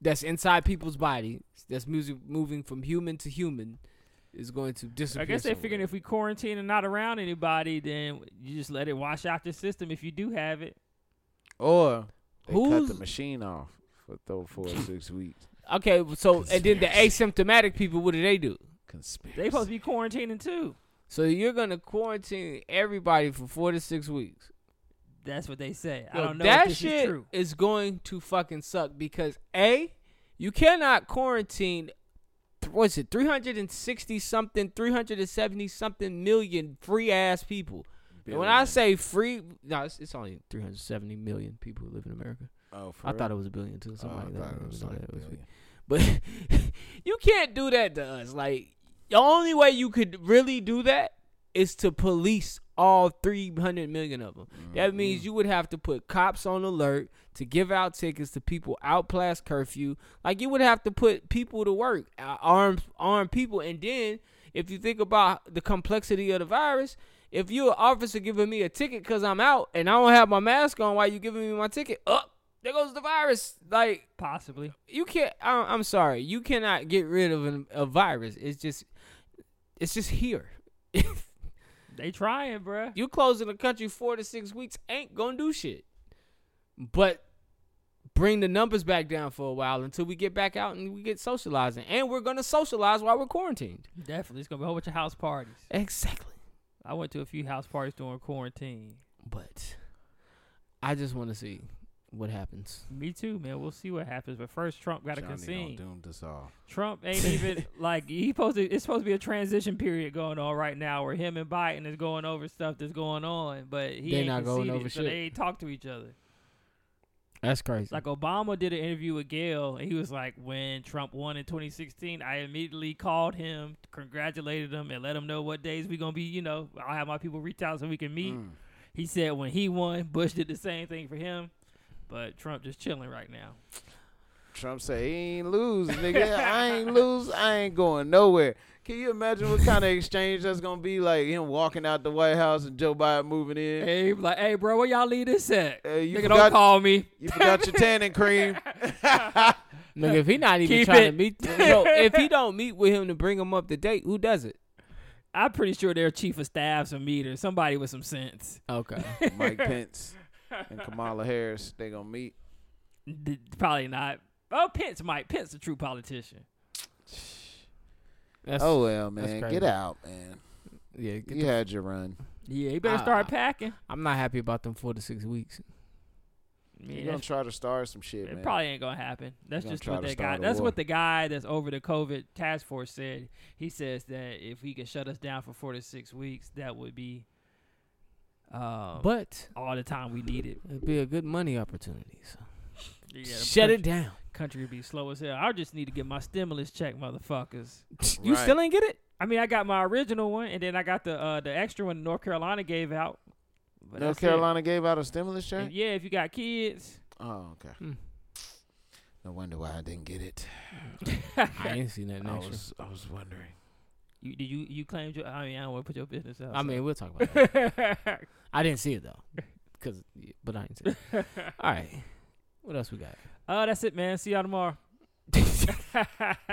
A: That's inside people's bodies. That's music moving from human to human is going to disappear.
E: I guess they
A: somewhere.
E: figuring if we quarantine and not around anybody, then you just let it wash out the system if you do have it.
D: or they cut the
A: Who's-
D: machine off for throw four or six weeks.
A: Okay, so and then the asymptomatic people, what do they do?
D: Conspiracy.
E: They supposed to be quarantining too.
A: So you're gonna quarantine everybody for four to six weeks.
E: That's what they say. I
A: Yo,
E: don't know
A: that
E: if this
A: shit
E: is true.
A: is going to fucking suck because a you cannot quarantine. th- What's it? Three hundred and sixty something, three hundred and seventy something million free ass people. And when I say free, no, it's, it's only three hundred seventy million people who live in America.
D: oh, for
A: I thought it
D: real?
A: was a billion too.
D: Oh, I
A: Somebody
D: thought it was like a billion.
A: but you can't do that to us. Like the only way you could really do that is to police all 300 million of them. That means you would have to put cops on alert to give out tickets to people outclass curfew. Like you would have to put people to work, uh, armed armed people, and then if you think about the complexity of the virus. If you're an officer giving me a ticket because I'm out and I don't have my mask on, why you giving me my ticket? Up, there goes the virus. Like
E: Possibly.
A: you can't. I, I'm sorry. You cannot get rid of an, a virus. It's just, it's just here.
E: They trying, bruh.
A: you closing the country four to six weeks ain't gonna do shit. But bring the numbers back down for a while until we get back out and we get socializing. And we're gonna socialize while we're quarantined.
E: Definitely, it's gonna be a whole bunch of house parties.
A: Exactly.
E: I went to a few house parties during quarantine.
A: But I just want to see what happens.
E: Me too, man. We'll see what happens. But first, Trump got to
D: Johnny
E: concede.
D: Don't doomed us all.
E: Trump ain't even like he supposed to. It's supposed to be a transition period going on right now, where him and Biden is going over stuff that's going on, but he
A: They
E: ain't
A: not going
E: conceded,
A: over
E: so
A: shit.
E: they ain't talk to each other.
A: That's crazy.
E: Like Obama did an interview with Gail, and he was like, "When Trump won in 2016, I immediately called him, congratulated him, and let him know what days we gonna be. You know, I'll have my people reach out so we can meet."
D: Mm. Hmm.
E: He said when he won, Bush did the same thing for him, but Trump just chilling right now.
D: Trump said he ain't lose, nigga. I ain't lose. I ain't going nowhere. Can you imagine what kind of exchange that's gonna be like? Him walking out the White House and Joe Biden moving in.
E: Hey, like, hey, bro, where y'all leave this at?
D: Hey, you
E: Nigga,
D: forgot-
E: don't call me.
D: You forgot your tanning cream.
A: Nigga, if he not even
E: Keep
A: trying to
E: it.
A: meet, so if he don't meet with him to bring him up to date, who does it?
E: I'm pretty sure their chief of staff's a meter, somebody with some sense.
A: Okay.
D: Mike Pence and Kamala Harris, they gonna meet.
E: D- probably not. Oh, Pence might. Pence a true politician.
A: That's,
D: Oh well,
A: that's
D: man,
A: crazy.
D: get out, man.
A: yeah. Get
D: You had your run.
E: Yeah, he better
A: Ah.
E: start packing.
A: I'm not happy about them four to six weeks.
E: Yeah,
D: You gonna
E: that's-
D: try to start some shit,
E: it
D: man.
E: probably ain't gonna happen. That's
D: gonna
E: just
D: try
E: what
D: to
E: that
D: start
E: guy.
D: a
E: That's
D: war.
E: what the guy that's over the COVID task force said. He says that if he could shut us down for four to six weeks, that would be,
D: Oh.
E: um,
A: But
E: all the time we needed.
A: it'd be a good money opportunity. So.
E: Yeah,
A: Shut
E: country,
A: it down.
E: Country would be slow as hell. I just need to get my stimulus check, motherfuckers.
A: You
D: Right.
A: still ain't get it?
E: I mean, I got my original one, and then I got the uh, the extra one North Carolina gave out. But
D: North
E: that's it.
D: Carolina gave out a stimulus check.
E: And yeah, if you got kids,
D: Oh, okay.
A: Hmm.
D: No wonder why I didn't get it.
A: I ain't seen that
D: I
A: next
D: was, I was wondering.
E: you did you you claimed your. I mean, I don't want to put your business out.
A: I
E: so.
A: mean, we'll talk about that. I didn't see it though, cause yeah, but I didn't see it. All right, what else we got?
E: uh, that's it, man. See y'all tomorrow. Oh,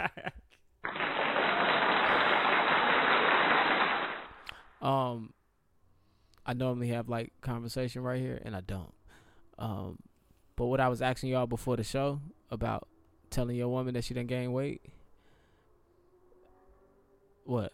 A: Um, I normally have like conversation right here, and I don't. Um, but what I was asking y'all before the show about telling your woman that she done gain weight? What?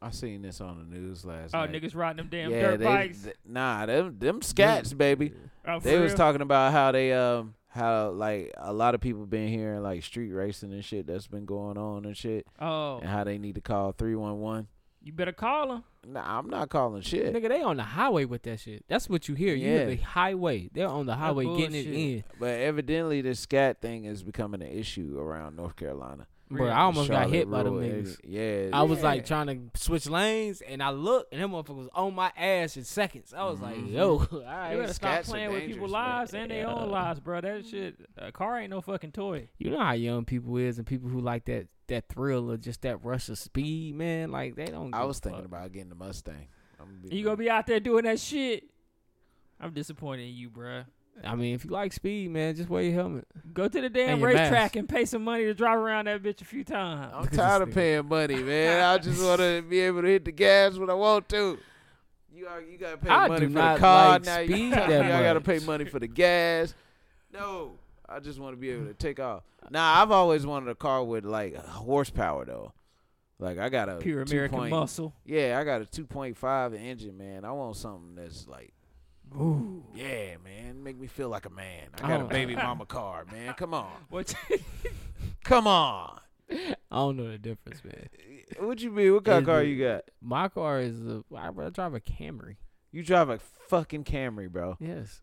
D: I seen this on the news last
E: Oh,
D: night.
E: niggas riding them damn
D: yeah,
E: dirt
D: they,
E: bikes.
D: th- nah, them them scats,
A: Mm,
D: baby.
E: Oh, for
D: They was
E: real?
D: talking about how they um how like a lot of people been hearing like street racing and shit that's been going on and shit,
E: Oh,
D: and how they need to call three one one.
E: you better call them.
D: Nah, I'm not calling shit.
A: Nigga, they on the highway with that shit. That's what you hear. You hear
D: Yeah.
A: the highway. They're on the highway getting it
E: bullshit.
A: in.
D: But evidently, this scat thing is becoming an issue around North Carolina.
A: Bro,
E: Really?
A: I almost got
D: Charlotte
A: hit by them
D: rural
A: niggas.
D: area. Yeah,
A: I was like trying to switch lanes, and I looked, and that motherfucker was on my ass in seconds. I was like, "Yo, all
E: They
A: right,
E: better stop
D: Mm-hmm. scats are
E: playing with people's
D: dangerous, man.
E: lives and their own
A: Yeah.
E: lives, bro. That shit, a car ain't no fucking toy.
A: you know how young people is, and people who like that that thrill of just that rush of speed, man. Like they don't.
D: I
A: give a
D: was thinking
A: fuck.
D: about getting a Mustang. I'm
E: You gonna be out there doing that shit? I'm disappointed in you, bro.
A: I mean, if you like speed, man, just wear your helmet.
E: Go to the damn
A: And your
E: racetrack
A: mask. Uh,
E: and pay some money to drive around that bitch a few times.
D: I'm
A: Look at
D: tired
A: this
D: of
A: nigga.
D: paying money, man. I just want to be able to hit the gas when I want to. You are, you gotta pay
A: I
D: money
A: do
D: for
A: not
D: the car
A: like
D: now.
A: speed
D: you telling
A: that
D: me I gotta
A: much.
D: pay money for the gas. No, I just want to be able to take off. Nah, I've always wanted a car with like horsepower though. Like I got a
E: Pure
D: two
E: American
D: point,
E: muscle.
D: Yeah, I got a 2.5 engine, man. I want something that's like, ooh, yeah, man. Make me feel like a man. I got a
A: Oh.
D: baby mama car, man. Come on,
E: What?
D: come on.
A: I don't know the difference, man.
D: What you be? What kind of
A: Is
D: car
A: it-
D: you got?
A: My car is a. I rather drive a Camry.
D: You drive a fucking Camry, bro.
A: Yes,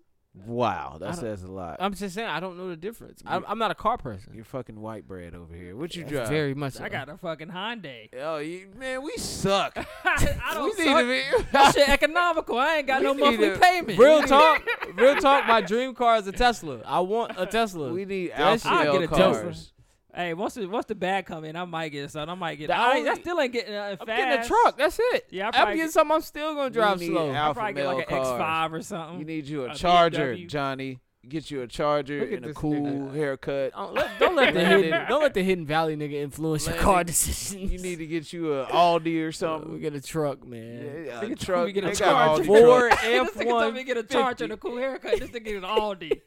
D: Wow,
A: I
D: that
A: don't-
D: says a lot.
A: I'm just saying I don't know the difference. I'm,
D: You-
A: I'm not a car person.
D: You're fucking white bread over here. What you
A: That's
D: drive?
A: Very much.
E: I
A: so.
E: got a fucking Hyundai.
D: oh, you, man, we suck.
E: I don't
D: we
E: suck.
D: need
E: That
D: to
E: shit economical. I ain't got
D: We
E: no
D: need
E: monthly
D: to-
E: payment.
A: Real talk, real talk. My dream car is a Tesla. I want a
D: be.
A: Tesla.
D: we need
A: That shit-
E: I'll
D: Alpha
E: get a Tesla.
D: cars.
E: Hey, once the, once the bag come in, I might get something. I might get.
A: The
E: I, ain't- I
A: only-
E: still ain't getting uh,
A: I'm
E: fast.
A: getting a truck. That's it.
E: Yeah, I
A: I'm
E: probably
A: getting
E: get,
A: something. I'm still gonna drive
D: need
A: slow.
D: Alpha
E: probably get like
D: male
E: an
D: cars.
E: X5 or something.
D: You need you a,
E: A
D: charger,
E: BMW.
D: Johnny. Get you a charger
A: Look at
D: and a
A: this
D: cool
A: nigga.
D: haircut.
A: Don't let, don't let the
D: Landon.
A: hidden don't let the hidden valley nigga influence your
D: Landon,
A: car decisions.
D: You need to get you a Aldi or
A: we
D: something.
A: get a truck, man.
D: Yeah,
E: Nigga
D: a
E: told
D: truck.
E: me get a
D: They got
E: Charger.
D: Aldi
A: Four
D: trucks.
E: this
A: F
E: nigga told me
A: one.
E: to get a charger and a cool haircut. This nigga is Aldi.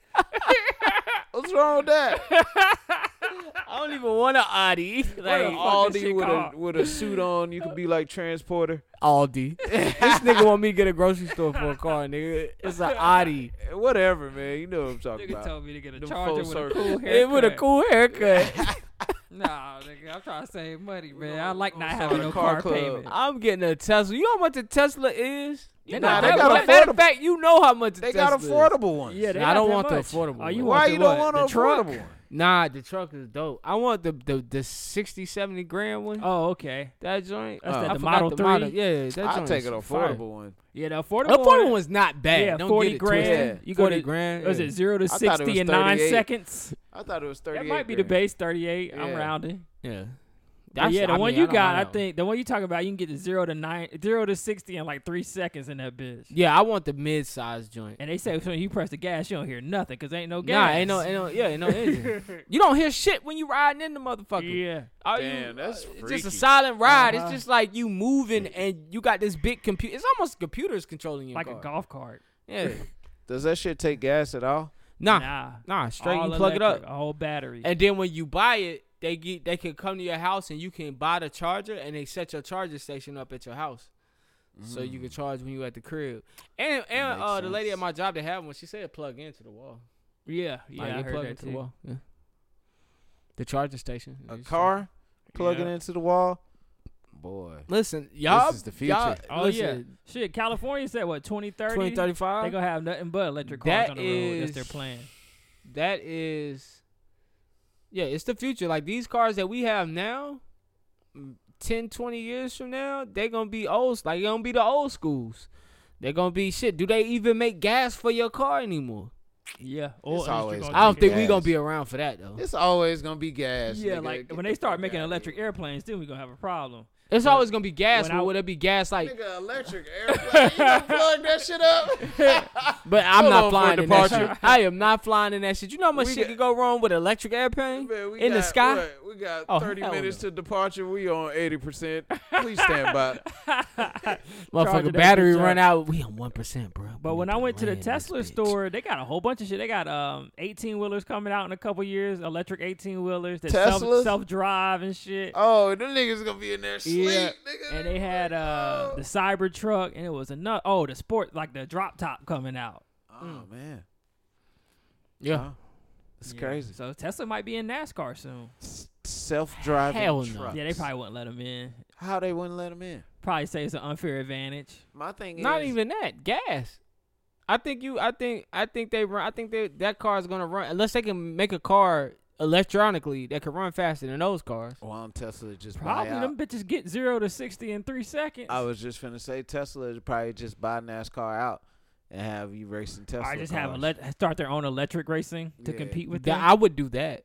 D: What's wrong with that?
A: I don't even want an Audi.
E: the
A: Like
E: fuck this
D: Aldi
E: shit
D: with a
E: called?
D: with a suit on, you could be like transporter.
A: Aldi. this nigga want me to get a grocery store for a car, nigga. It's an Audi.
D: Eh, Whatever, man. You know what I'm talking
E: Nigga
D: about.
E: told me to get a
D: Them
E: charger
D: full
E: with a
D: circle.
E: cool haircut.
A: It with a cool haircut.
E: Nah, nigga, I'm trying to save money, man. I
D: gonna-
E: like
D: we gonna
E: not
D: start
E: having
D: a
E: no
D: car
E: car,
D: club.
E: payment.
A: I'm getting a Tesla. You know how much a Tesla is? You
E: Nah,
A: know
E: they
A: how-
E: got
A: matter
D: affordable-
A: of fact, you know how much a
D: They
A: Tesla
D: got
A: is.
D: affordable ones.
E: Yeah, they
A: I don't
E: not
A: want
E: that
A: the
E: much.
A: affordable
E: Oh, you
A: one.
E: want
D: Why
E: the
D: you
E: what?
D: don't want
E: The
D: an
E: truck?
D: affordable one?
A: Nah, the truck is dope. I want the the, the 60, 70 grand one.
E: Oh, okay.
A: that joint. Uh,
E: That's
A: I
E: the- the
A: forgot
E: Model 3?
A: Yeah, yeah, that
D: I'll
A: joint
D: take
A: is
D: an
A: fire.
D: affordable one.
E: Yeah, the affordable,
A: The affordable
E: one-
A: one's not bad.
E: Yeah,
A: Don't
E: 40
A: get it
E: grand.
A: twisted.
E: You
A: Forty
E: go to,
A: grand.
E: Was
A: yeah.
E: it zero to
D: thought it was
E: sixty in nine
D: 38.
E: seconds?
D: I thought it was thirty.
E: That might be the base thirty-eight. I'm
D: Yeah.
E: rounding.
A: Yeah.
E: But yeah, the
A: I
E: one
A: mean,
E: you
A: I don't
E: got,
A: mind
E: I
A: that one.
E: think the one you talking about, you can get the zero to nine, zero to sixty in like three seconds in that bitch.
A: Yeah, I want the mid size joint.
E: And they say when you press the gas, you don't hear nothing because ain't no gas.
A: Nah, ain't no, ain't no, yeah, ain't no engine. you don't hear shit when you riding in the motherfucker.
E: yeah.
A: All
D: Damn, that's
A: uh, It's
D: freaky.
A: just a silent ride.
E: Uh-huh.
A: It's just like you moving and you got this big computer. It's almost computers controlling your
E: like
A: car.
E: a golf cart.
A: Yeah.
D: Does that shit take gas at all?
A: Nah, nah,
E: Nah.
A: straight.
E: All
A: you plug it up.
E: electric, a whole battery.
A: And then when you buy it, they get they can come to your house and you can buy the charger and they set your charger station up at your house. So you can charge when you at the crib. And and
D: Mm. Makes
A: uh, the lady at
D: sense.
A: my job that had one, she said plug into the wall.
E: yeah, yeah,
A: Like,
E: I
A: it
E: heard
A: plug
E: that
A: into
E: too.
A: the wall. Yeah. The charging station.
D: A
A: You just-
D: car plugging
E: Yeah.
D: into the wall. Boy,
A: Listen, y'all.
D: is the future.
A: y'all-
E: Oh
A: listen,
E: yeah, shit. California said what 2030?
A: 2035.
E: They gonna have nothing but electric cars
A: That
E: on the road. That's
A: is-
E: their plan.
A: that is yeah it's the future like these cars that we have now mm, 10 20 years from now they're gonna be old like they're gonna be the old schools they're gonna be shit do they even make gas for your car anymore
E: Yeah, oil industry
D: always
E: gonna
A: i don't
E: take
A: think
E: it.
A: we
D: Gas.
A: gonna be around for that though
D: it's always gonna be gas.
E: Yeah,
D: nigga.
E: like
D: Get
E: when
D: the
E: they start
D: fuck
E: making
D: outta
E: electric
D: here.
E: airplanes, then we gonna have a problem.
A: It's always gonna be gas,
E: when
A: but
E: I-
A: would it be gas like?
D: Nigga, electric airplane. You gonna plug that shit up?
A: But I'm
C: Hold on
A: not
C: for
A: flying in that
C: departure.
A: shit. I am not flying in that shit. You know how much
C: We
A: shit
C: got-
A: could go wrong with electric airplane
C: Man, we
A: in the
C: got,
A: sky?
C: what? we got
A: Oh,
C: 30
A: hell
C: minutes
A: no.
C: to departure. We on 80%. Please stand by.
E: Charger
A: Motherfucker,
E: that
A: battery
E: bitch
A: run
E: up.
A: out. We on one percent, bro.
E: But
A: We
E: when
A: need
E: I went to the
A: land this
E: Tesla
A: bitch.
E: store, they got a whole bunch of shit. They got um eighteen wheelers coming out in a couple years, electric eighteen wheelers that
D: Teslas?
E: self self drive and shit.
C: Oh, them niggas gonna be in there sleep,
E: Yeah,
C: nigga.
E: and they had uh the Cyber Truck, and it was another oh the sport like the drop top coming out.
D: Oh man,
A: yeah,
D: it's
E: mm. Yeah.
D: crazy.
E: So Tesla might be in NASCAR soon.
D: Self-driving
A: Hell no.
D: truck.
E: Yeah, they probably wouldn't let him in.
D: How they wouldn't let him in?
E: Probably say it's an unfair advantage.
D: My thing
A: not
D: is,
A: even that gas. I think you. I think. I think they run. I think they, that car is gonna run unless they can make a car electronically that can run faster than those cars.
D: Well, I'm Tesla just buy
E: Probably
D: out.
E: them bitches get zero to sixty in three seconds.
D: I was just finna say Tesla is probably just buy NASCAR out and have you racing Tesla.
E: I just have
D: cars.
E: elec- start their own electric racing to
D: Yeah.
E: compete with
A: Th-
E: them.
A: I would do that.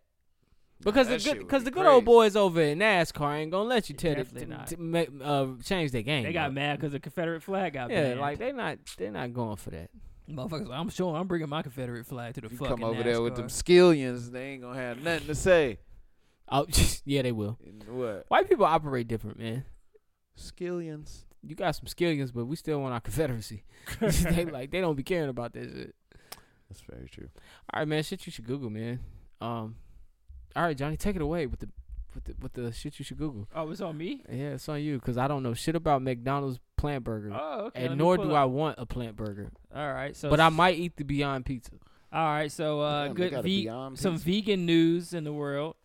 A: Because
C: that
A: the
C: shit
A: good,
C: would
A: cause
C: be
A: the good
C: crazy.
A: old boys over in NASCAR ain't gonna let you tell the-
E: Definitely not.
A: to, make, uh, change their game.
E: They got
A: bro.
E: mad because the Confederate flag got
A: Yeah,
E: banned.
A: like they not they not going for that.
E: motherfuckers. like, I'm sure I'm bringing my Confederate flag to the
D: If you
E: fucking.
D: come over there with them
E: NASCAR."
D: skillions, they ain't gonna have nothing to say.
A: Oh yeah, they will.
D: And what
A: White people operate different, man.
D: skillions?
A: You got some skillions, but we still want our Confederacy. they like they don't be caring about that shit.
D: That's very true.
A: All right, man. Shit, you should Google, man. Um, all right, Johnny, take it away with the with the with the shit you should Google.
E: Oh, it's on me.
A: Yeah, it's on you because I don't know shit about McDonald's plant burger,
E: Oh, okay.
A: and nor do I want a plant burger.
E: I. All right, so
A: But I might eat the Beyond Pizza.
E: All right, so uh,
D: Damn, they
E: good
D: got a
E: ve-
D: Beyond
E: some
D: Pizza.
E: vegan news in the world.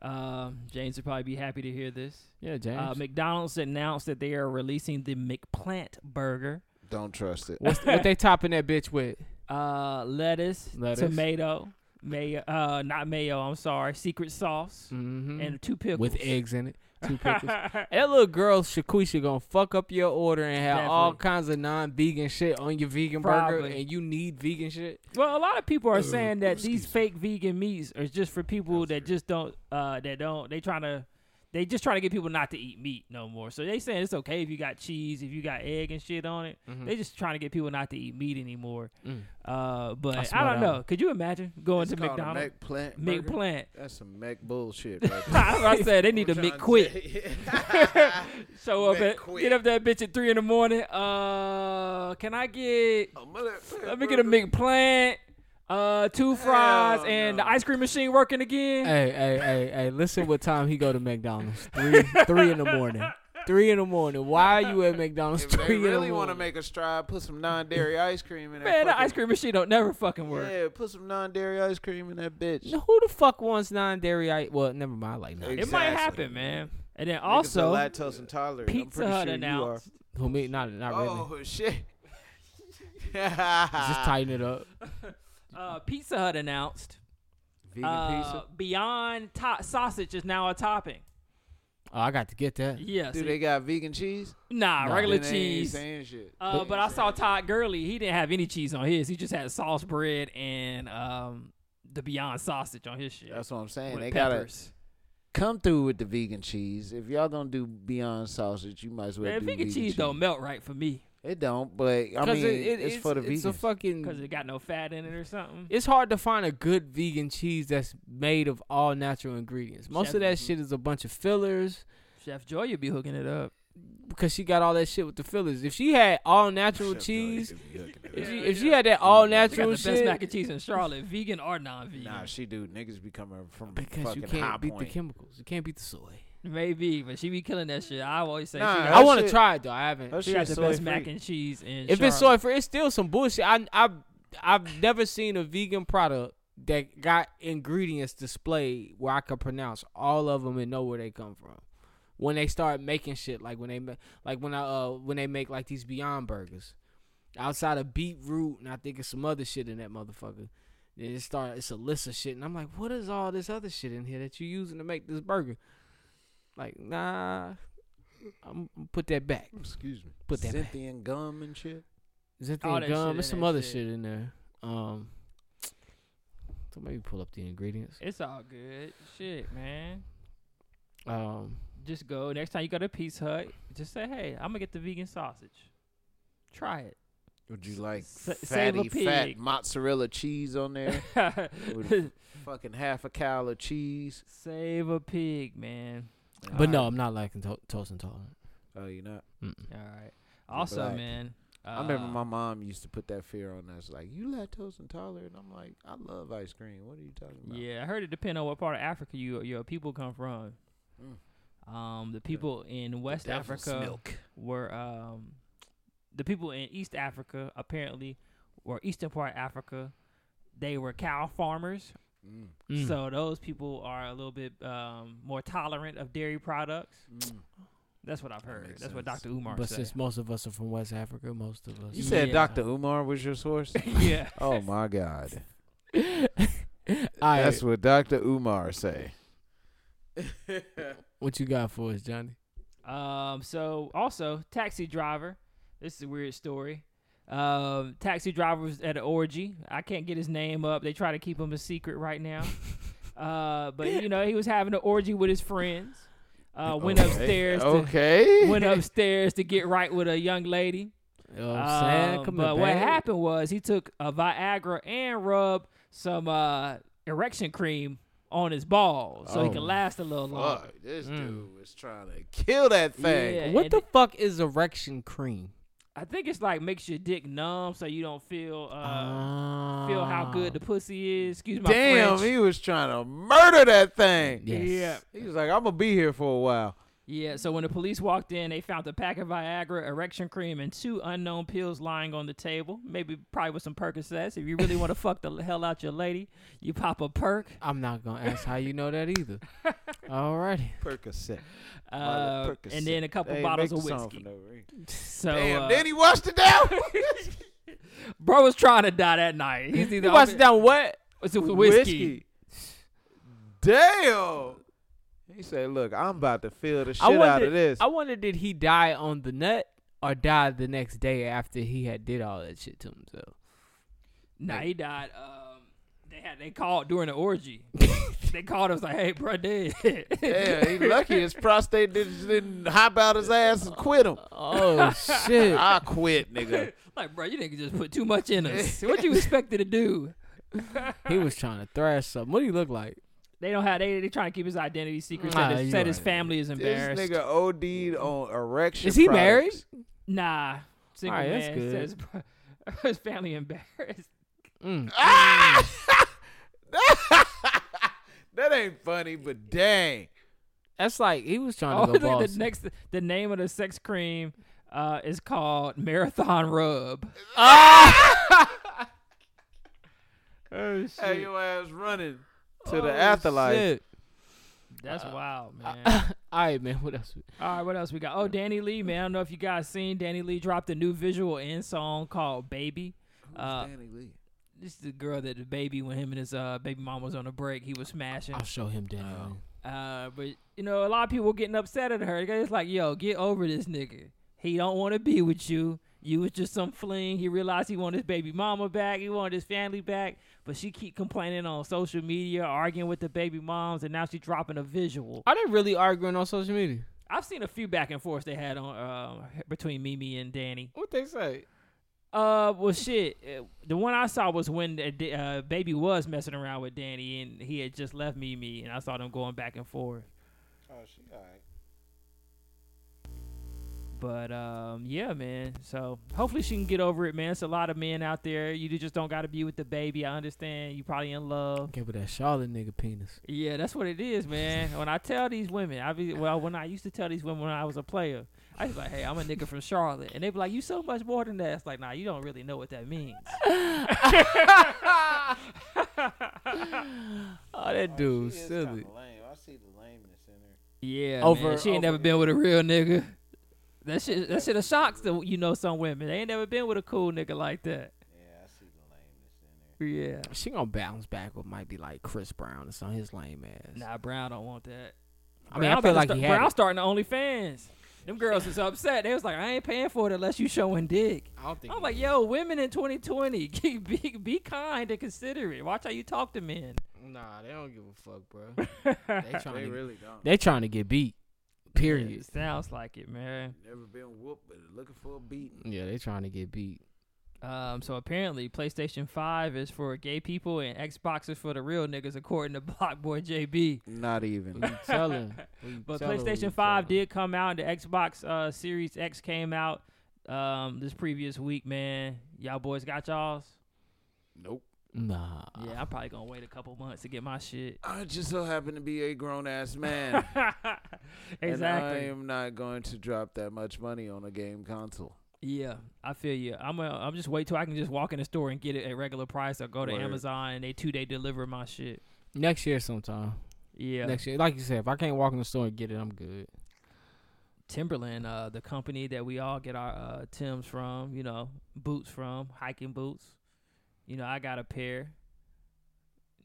E: Um, James would probably be happy to hear this.
A: Yeah, James.
E: Uh, McDonald's announced that they are releasing the McPlant burger.
D: Don't trust it.
A: What's what they topping that bitch with?
E: Uh, lettuce,
A: Lettuce.
E: tomato, mayo. Uh, not mayo. I'm sorry. Secret sauce
A: Mm-hmm.
E: and two pickles
A: with eggs in it, two pickles. that little girl Shaquisha gonna fuck up your order and have all
E: Definitely.
A: kinds of non-vegan shit on your vegan burger,
E: Probably.
A: and you need vegan shit.
E: Well, a lot of people are saying that these fake vegan meats are just for people that just don't uh that don't they trying to they just trying to get people not to eat meat no more. So they saying it's okay if you got cheese, if you got egg and shit on it. They just trying to get people not to eat meat anymore. Uh, but I,
A: smell that
E: don't know. Could you imagine going
D: It's
E: to
D: called a
E: McDonald's?
D: Mac plant.
E: Meat
D: burger?
E: plant.
D: That's some Mac bullshit. Right there.
E: I said they need to make quick. Show up
C: Mac
E: at
C: quick.
E: get up that bitch at three in the morning. Uh, can I get Let me get a McPlant, uh, two fries,
C: Hell
E: and
C: no.
E: the ice cream machine working again.
A: Hey, hey, hey, hey! Listen, what time he go to McDonald's? Three, three in the morning. Three in the morning. Why are you at McDonald's?
D: if
A: three
D: they
A: in the
D: really want to
A: morning.
D: make a stride, put some non-dairy ice cream in that.
E: Man, the
D: fucking-
E: ice cream machine don't never fucking work.
D: Yeah, put some non-dairy ice cream in that bitch.
A: No, who the fuck wants non-dairy? I well, never mind. Like, non-
E: It
D: Exactly.
E: might happen, man. And then
D: Niggas are
E: also,
D: lactose intolerant. I'm
E: Pizza
D: pretty
E: Hut
D: sure you are.
E: announced.
A: who me? Not, not really.
D: Oh ah. shit!
A: Just tighten it up.
E: Uh, Pizza Hut announced
D: Vegan
E: uh, Beyond to- Sausage is now a topping.
A: Oh, I got to get that.
E: Yes.
D: Do they got vegan cheese?
E: nah,
A: Nah.
E: regular
D: Then they ain't
E: cheese.
D: saying shit.
E: Uh, but I saw Todd Gurley. He didn't have any cheese on his. He just had sauce bread and um, the Beyond Sausage on his shit.
D: That's what I'm saying.
E: with
D: They gotta
E: peppers.
D: come through with the vegan cheese. If y'all gonna do Beyond sausage, you might as well
E: Man,
D: do
E: vegan cheese, don't melt right for me
D: It don't, but I mean, it's, for the
A: It's
D: vegans.
A: a fucking.
E: because it got no fat in it or something.
A: it's hard to find a good vegan cheese that's made of all natural ingredients. Most of that shit is a bunch of fillers
E: Chef Joy, you be hooking it up.
A: because she got all that shit with the fillers. If she had all natural cheese, if she, if she had that all
E: She got
A: natural
E: the best mac
A: shit,
E: and cheese in Charlotte, vegan or non-vegan.
D: nah, she do. Niggas be coming from
A: because
D: fucking
A: you
D: high
A: can't beat
D: point.
A: the chemicals, you can't beat the soy.
E: Maybe, but she be killing that shit. I always say
D: Nah,
E: she got,
A: I
D: Her
A: want to
D: shit-
A: try it though. I haven't.
D: That
E: she
D: shit
E: got the
D: soy
E: best
D: free.
E: mac and cheese in.
A: If it's soy
E: Charlotte.
A: free, it's still some bullshit. I I I've never seen a vegan product that got ingredients displayed where I could pronounce all of them and know where they come from. When they start making shit, like when they ma- like when I uh when they make like these Beyond burgers, outside of beetroot and I think it's some other shit in that motherfucker. Then it start it's a list of shit and I'm like, what is all this other shit in here that you using to make this burger? Like nah, I'm put that back.
D: Excuse me.
A: Put that back.
D: Cynthia gum and shit.
A: Xanthan
E: All that shit
A: gum.
E: in
A: There's some
E: that
A: other
E: shit.
A: shit. in there. Um, so maybe pull up the ingredients.
E: it's all good. Shit, man.
A: Um,
E: just go next time you go to Pizza Hut. Just say, hey, I'm gonna get the vegan sausage. Try it.
D: Would you like
E: S- save a
D: fatty fat
E: pig.
D: mozzarella cheese on there? With fucking half a cow of cheese.
E: Save a pig, man.
A: But no, I'm not lacking to- toast intolerant.
D: Oh, you know.
A: Mm-mm.
E: All right. Also,
D: black.
E: man. Uh,
D: I remember my mom used to put that fear on us, like you lactose intolerant. I'm like, I love ice cream. What are you talking about?
E: Yeah, I heard it depend on what part of Africa you your people come from. Um, the people in West Africa were um, the people in East Africa apparently, or eastern part of Africa, they were cow farmers.
A: Mm.
E: So those people are a little bit um, more tolerant of dairy products.
D: mm.
E: That's what I've heard. That's what Dr. Umar
A: but
E: said.
A: since most of us are from West Africa, most of us.
D: You said
E: Yeah.
D: Dr. Umar was your source?
E: yeah.
D: oh my God.
A: All right,
D: That's what Dr. Umar say.
A: what you got for us, Johnny?
E: Um, so also taxi driver. This is a weird story. Um, taxi driver was at an orgy. I can't get his name up. They try to keep him a secret right now. uh, but you know he was having an orgy with his friends. Uh, went upstairs. To,
D: Okay.
E: Went upstairs to get right with a young lady.
A: You know what I'm saying?
E: Um,
A: Come here,
E: but what
A: babe.
E: happened was he took a Viagra and rubbed some uh, erection cream on his balls so he
D: Oh,
E: could last a little longer.
D: Fuck, this dude was trying to kill that thing.
E: Mm. Yeah,
A: What
E: and
A: the fuck is erection cream?
E: I think it's like makes your dick numb so you don't feel uh,
A: Ah.
E: feel how good the pussy is. Excuse my
D: Damn,
E: French.
D: he was trying to murder that thing.
A: Yes.
D: He was like, I'm gonna be here for a while.
E: Yeah, so when the police walked in, they found a pack of Viagra, erection cream, and two unknown pills lying on the table. Maybe probably with some Percocets. If you really want to fuck the hell out your lady, you pop a perk.
A: Ah, I'm not gonna ask how you know that either. Alrighty.
D: Percocet.
E: Uh, and then a couple bottles of whiskey. So
D: Damn,
E: uh,
D: then he washed it down.
E: bro was trying to die that night. He's either
A: You watch down what?
E: It's whiskey.
D: Damn. He said, "Look, I'm about to feel the shit
A: I wonder,
D: out of this."
A: I wonder did he die on the nut or die the next day after he had did all that shit to himself?
E: Nah, he died. Um, they had they called during the orgy. they called us like, "Hey, bro, dead."
D: yeah, he lucky his prostate didn't, didn't hop out his ass and quit him.
A: Oh shit.
D: I quit, nigga.
E: like, bro, you didn't just put too much in us. what you expected to do?
A: He was trying to thrash something. What do he look like?
E: They don't have. They they trying to keep his identity secret.
A: Nah,
E: Said his,
A: you
E: said his
A: right.
E: family is
D: This
E: embarrassed.
D: nigga OD'd on erection.
A: Is he
D: products.
A: married?
E: nah, single
A: Alright, that's
E: man.
A: good.
E: Said his, bro- his family embarrassed.
A: Mm.
D: That ain't funny, but dang.
A: That's like he was trying to go
E: Oh, look at
A: boss.
E: the next. The name of the sex cream uh, is called Marathon Rub. oh shit!
D: Hey, your ass running Oh, to the afterlife.
A: Shit.
E: That's
A: Uh,
E: wild, man.
A: All right, man. What else?
E: All right, what else we got? Oh, Danny Lee, man. I don't know if you guys seen Danny Lee dropped a new visual and song called Baby. Uh, This is the girl that the baby when him and his uh, baby mom was on a break, he was smashing.
A: I'll show him down.
E: Uh, but you know, a lot of people were getting upset at her. It's like, yo, get over this nigga. He don't want to be with you. You was just some fling. He realized he wanted his baby mama back. He wanted his family back. But she keep complaining on social media, arguing with the baby moms, and now she dropping a visual.
A: Are they really arguing on social media?
E: I've seen a few back and forths they had on um, between Mimi and Danny.
A: What they say?
E: Uh, well, shit. uh, The one I saw was when the da- uh, baby was messing around with Danny, and he had just left Mimi, and I saw them going back and forth.
A: Oh,
E: But um, yeah, man. So hopefully she can get over it, man. It's a lot of men out there. You just don't got to be with the baby. I understand. You probably in love.
A: Give it that Charlotte nigga penis.
E: Yeah, that's what it is, man. when I tell these women, I be well, when I used to tell these women when I was a player, I was like, "Hey, I'm a nigga from Charlotte," and they be like, "You so much more than that." It's like, nah, you don't really know what that means.
A: Oh, that dude silly.
D: I see the lameness in her.
E: Yeah,
A: Over-
E: man. she ain't
A: over-
E: never been with a real nigga. That shit, that shit a shocks to you know some women. They ain't never been with a cool nigga like that.
D: Yeah, I see the lameness in her.
E: Yeah,
A: She gonna bounce back with might be like Chris Brown or some his lame ass.
E: nah, Brown don't want that.
A: I mean,
E: Brown
A: I feel
E: about
A: like
E: to
A: he
E: start,
A: had.
E: Brown
A: it.
E: starting the OnlyFans. Them girls is upset. They was like, I ain't paying for it unless you showing dick.
A: I don't think.
E: I'm like, yo, women in 2020, be be kind and considerate. Watch how you talk to men.
A: nah, they don't give a fuck, bro. they trying to
D: really don't.
A: they trying to get beat. Period.
E: Sounds like it, man.
D: Never been whooped, but looking for a beating.
A: Yeah, they trying to get beat.
E: Um, so apparently, PlayStation Five is for gay people and Xbox is for the real niggas, according to Block Boy JB.
D: Not even.
A: We telling. We
E: But
A: telling, we
E: PlayStation Five
A: telling.
E: did come out. The Xbox uh, Series X came out um, this previous week. Man, y'all boys got y'all's.
D: nope.
A: Nah.
E: Yeah, I'm probably gonna wait a couple months to get my shit.
D: I just so happen to be a grown ass man. And I
E: exactly.
D: am not going to drop that much money on a game console.
E: yeah, I feel you. I'm. i I'm just wait till I can just walk in the store and get it at regular price, or go to
D: Word.
E: Amazon and they two day deliver my shit.
A: Next year sometime.
E: Yeah.
A: Next year, like you said, if I can't walk in the store and get it, I'm good.
E: Timberland, uh, the company that we all get our uh, Tim's from, you know, boots from, hiking boots. You know, I got a pair.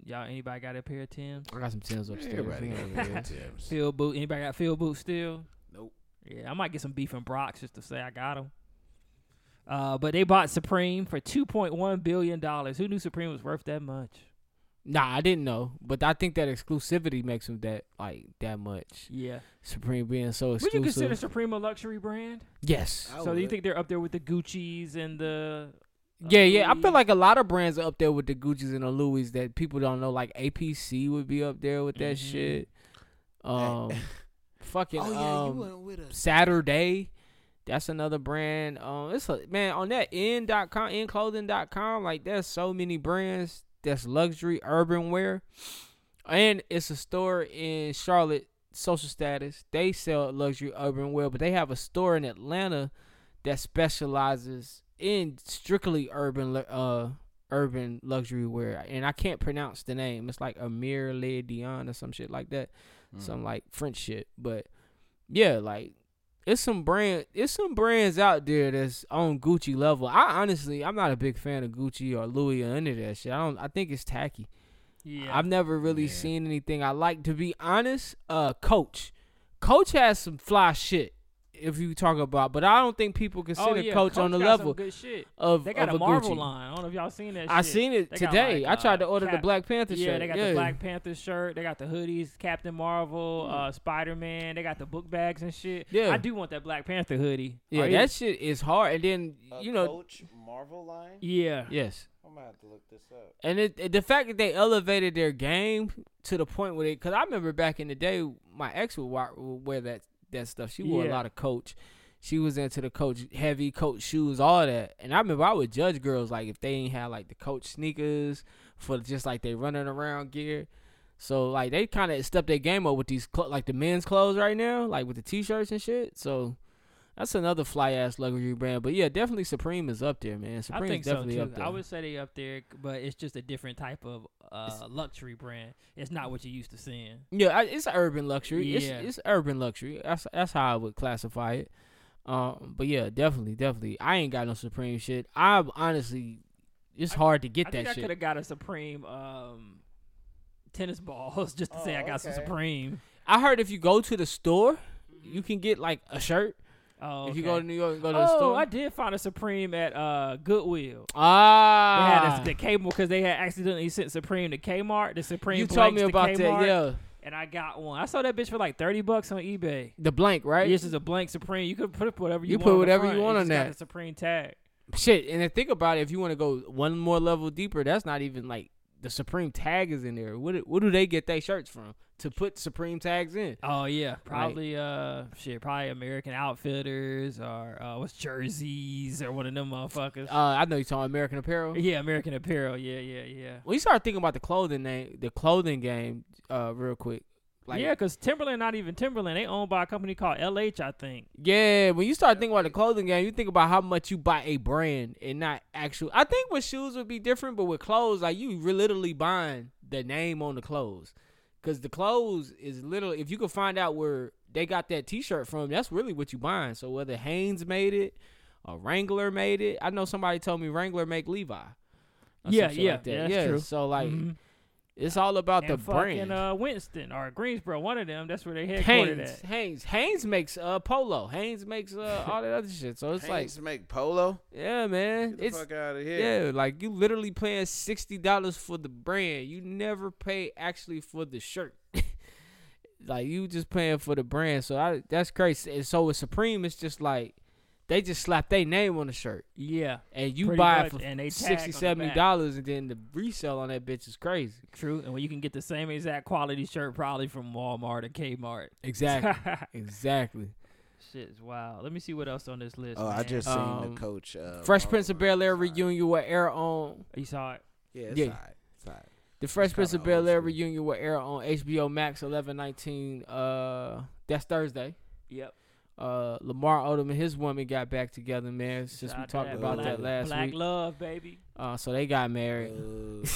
E: Y'all, anybody got a pair of Tim's?
A: I got some tins upstairs.
D: Everybody
A: We ain't
D: got
A: really-
D: good tips.
E: Field boot. Anybody got field boots still?
D: Nope.
E: Yeah, I might get some beef and brocks just to say I got them. Uh, but they bought Supreme for two point one billion dollars. Who knew Supreme was worth that much?
A: nah, I didn't know, but I think that exclusivity makes them that like that much.
E: Yeah.
A: Supreme being so
E: Would you
A: exclusive.
E: consider Supreme a luxury brand?
A: yes.
D: I
E: so do you
D: would.
E: think they're up there with the Gucci's and the?
A: Yeah, yeah. I
E: Louis?
A: feel
D: Um,
A: like a lot of brands are up there with the Gucci's and the Louis that people don't know. Like APC would be up there with that
E: Mhm.
A: shit. Um, fucking
D: Mm-hmm. Oh yeah,
A: um,
D: you went with us.
A: Saturday. That's another brand. Um, it's a man on that in.com, inclothing.com. Like, there's so many brands that's luxury urban wear, and it's a store in Charlotte. Social status. They sell luxury urban wear, but they have a store in Atlanta that specializes in strictly urban, lu- uh, urban luxury wear. And I can't pronounce the name. It's like Amir Le Dion or some shit like that. Some like French shit, but yeah, like it's some brand it's some brands out there that's on Gucci level. I honestly I'm not a big fan of Gucci or Louis or any of that shit. I don't I think it's tacky.
E: Yeah.
A: I've never really
D: Yeah.
A: seen anything I like to be honest. Uh Coach. Coach has some fly shit if you talk about but I don't think people consider Coach, on the
E: Oh, got some
A: level
E: Good shit.
A: of
E: They got
A: of
E: a Marvel
A: Gucci.
E: line. I don't know if y'all seen that.
A: I
E: shit.
A: seen it
E: They got,
A: today.
E: like,
A: I tried to
E: uh,
A: order the
E: Cap-
A: Black Panther
E: Yeah,
A: shirt.
E: they got
A: yeah.
E: the Black Panther shirt. They got the hoodies, Captain Marvel, uh, Spider Man. They got the book bags and shit.
A: Hmm. Yeah.
E: I do want that Black Panther hoodie.
A: Yeah,
E: Are you-
A: that shit is hard. And then you know,
D: Coach Marvel line.
E: yeah,
A: yes.
D: I'm gonna have to look this up.
A: And it, it- the fact that they elevated their game to the point where they, because I remember back in the day, my ex would wear, would wear that that stuff. She wore a
E: Yeah.
A: lot of Coach. She was into the Coach heavy Coach shoes, all that. And I remember I would judge girls like if they ain't had like the Coach sneakers for just like they running around gear. So like they kind of stepped their game up with these cl- like the men's clothes right now, like with the t-shirts and shit. So. That's another fly ass luxury brand, but yeah, definitely Supreme is up there, man.
E: I
A: Supreme's
E: think so
A: definitely
E: too.
A: up there.
E: I would say they up there, but it's just a different type of uh, luxury brand. It's not what you used to seeing.
A: Yeah, I- it's urban luxury.
E: Yeah.
A: It's it's urban luxury. That's that's how I would classify it. Um, but yeah, definitely, definitely. I ain't got no supreme shit. I honestly, it's hard to get
E: I think
A: that
E: I could
A: shit.
E: have got a Supreme um, tennis balls just to say I
A: Oh,
E: got some
D: okay.
E: Supreme.
A: I heard if you go to the store, you can get like a shirt.
E: Oh,
A: If you go
E: Mm-hmm. okay.
A: to New York and go to the
E: Oh,
A: store,
E: I did find a Supreme at uh, Goodwill. They
A: ah,
E: had a, the cable because they had accidentally sent Supreme to Kmart. The Supreme
A: you told me
E: blanks to
A: about that.
E: Kmart,
A: Yeah,
E: and I got one. I saw that bitch for like thirty bucks on eBay.
A: the blank, right?
E: This is a blank Supreme. You could put whatever you,
A: You
E: want
A: put
E: on the
A: whatever you
E: front.
A: want
E: It's
A: on
E: just got
A: that.
E: the Supreme tag.
A: Shit, and then think about it. If you want to go one more level deeper, that's not even like the supreme tag is in there. What what do they get their shirts from to put supreme tags in?
E: Oh yeah, probably uh shit, probably American Outfitters or uh, what's jerseys or one of them motherfuckers.
A: Uh, I know you talking American Apparel.
E: yeah, American Apparel. Yeah, yeah, yeah.
A: When you start thinking about the clothing name, the clothing game, uh, real quick, like
E: yeah,
A: yeah,
E: because Timberland, not even Timberland, they owned by a company called LH, I think.
A: When you start thinking about the clothing game, you think about how much you buy a brand and not actual. I think with shoes would be different, but with clothes, like you re- literally buying the name on the clothes, because the clothes is literally if you could find out where they got that T-shirt from, that's really what you buying. So whether Hanes made it or Wrangler made it, I know somebody told me Wrangler make Levi. or some
E: Yeah,
A: shit
E: yeah,
A: like that.
E: yeah, that's
A: yeah.
E: true.
A: So like.
E: Mhm.
A: It's all about the
E: and fucking
A: brand.
E: uh, Winston or Greensboro, one of them. That's where they headquartered
A: Haynes,
E: at.
A: Haynes, Haynes makes uh polo. Haynes makes uh all that other shit. So it's
D: Hanks make polo.
A: like, yeah, man,
D: Get the
A: it's
D: fuck out of here.
A: yeah, like you literally paying sixty dollars for the brand. You never pay actually for the shirt. Like you just paying for the brand, so I, that's crazy. And so with Supreme, it's just like they just slap their name on the shirt,
E: Yeah,
A: and you
E: Pretty
A: buy
E: much,
A: it for
E: and they tag on
A: 60
E: the
A: 70
E: back.
A: dollars, and then the resale on that bitch is crazy.
E: true. And when you can get the same exact quality shirt probably from Walmart or Kmart.
A: Exactly, exactly.
E: Shit is wild. Let me see what else on this list.
D: Oh, I
E: man.
D: just seen
A: Um,
D: the coach. Uh,
E: Oh,
A: Fresh
D: Marvel
A: Prince of Bel Air
D: Rhymes.
A: reunion with Air on
E: you saw it.
D: Yeah, it's
A: Yeah.
D: all right. It's all right.
A: the Fresh Prince of
D: kinda old
A: Bel Air
D: school.
A: reunion with Air on HBO Max eleven nineteen. Uh, that's Thursday.
E: Yep.
A: Uh, Lamar Odom and his woman got back together, man. Since
E: Shout
A: we
E: out to
A: talked
E: that
A: about
E: black,
A: that last
E: black
A: week,
E: love, baby.
A: uh, so they got married.
D: Ooh.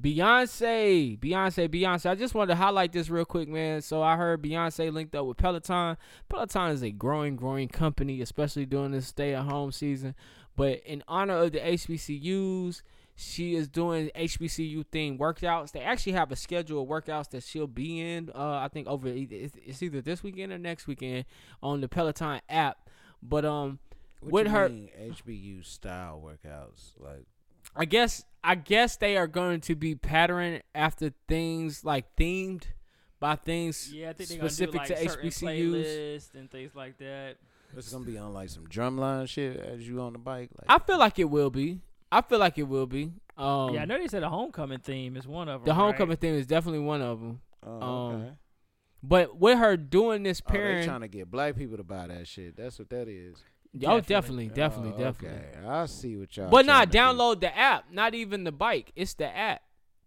A: Beyonce, Beyonce, Beyonce. I just wanted to highlight this real quick, man. So I heard Beyonce linked up with Peloton. Peloton is a growing, growing company, especially during this stay at home season. But in honor of the HBCUs, she is doing HBCU themed workouts. They actually have a schedule of workouts that she'll be in. Uh, I think over either- it's it's either this weekend or next weekend on the Peloton app. But um,
D: What
A: with
D: you
A: her,
D: mean, HBU style workouts like
A: I guess I guess they are going to be patterned after things like themed by things
E: Yeah, I think they're gonna do
A: specific
E: like
A: to
E: certain
A: HBCUs.
E: playlists and things like that.
D: it's gonna be on like some drumline shit as you on the bike. Like
A: I feel like it will be. I feel like it will be. Um,
E: yeah, I know they said a homecoming theme is one of them.
A: the homecoming thing is definitely one of them.
D: oh,
A: um,
D: okay.
A: But with her doing this
D: Oh, they
A: pairing,
D: trying to get black people to buy that shit. That's what that is.
A: oh, definitely,
E: Definitely.
A: definitely,
D: Oh,
A: definitely.
D: Okay, I see what y'all.
A: But nah,
D: tryna do.
A: download the app. Not even the bike. It's the app.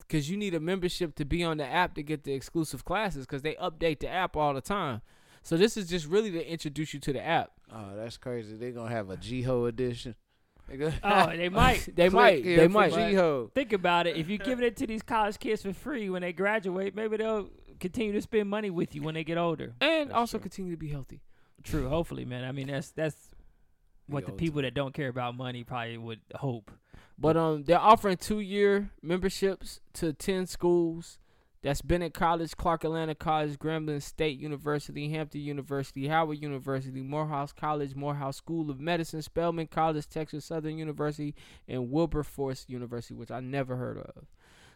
A: Cause you need a membership to be on the app to get the exclusive classes. Cause they update the app all the time. So this is just really to introduce you to the app.
D: Oh, that's crazy. They gonna have a G-Ho edition. They gonna-
E: Oh, they might.
A: they
D: Click
A: might.
D: here
A: They
D: for
A: might.
D: G-Ho.
E: Think about it. If you give it to these college kids for free when they graduate, maybe they'll continue to spend money with you when they get older.
A: and also continue to be healthy.
E: True. Hopefully, man. I mean, that's that's what the
D: old
E: people that don't care about money probably would hope.
A: But um, they're offering two-year memberships to ten schools. That's Bennett College, Clark Atlanta College, Grambling State University, Hampton University, Howard University, Morehouse College, Morehouse School of Medicine, Spelman College, Texas Southern University, and Wilberforce University, which I never heard of.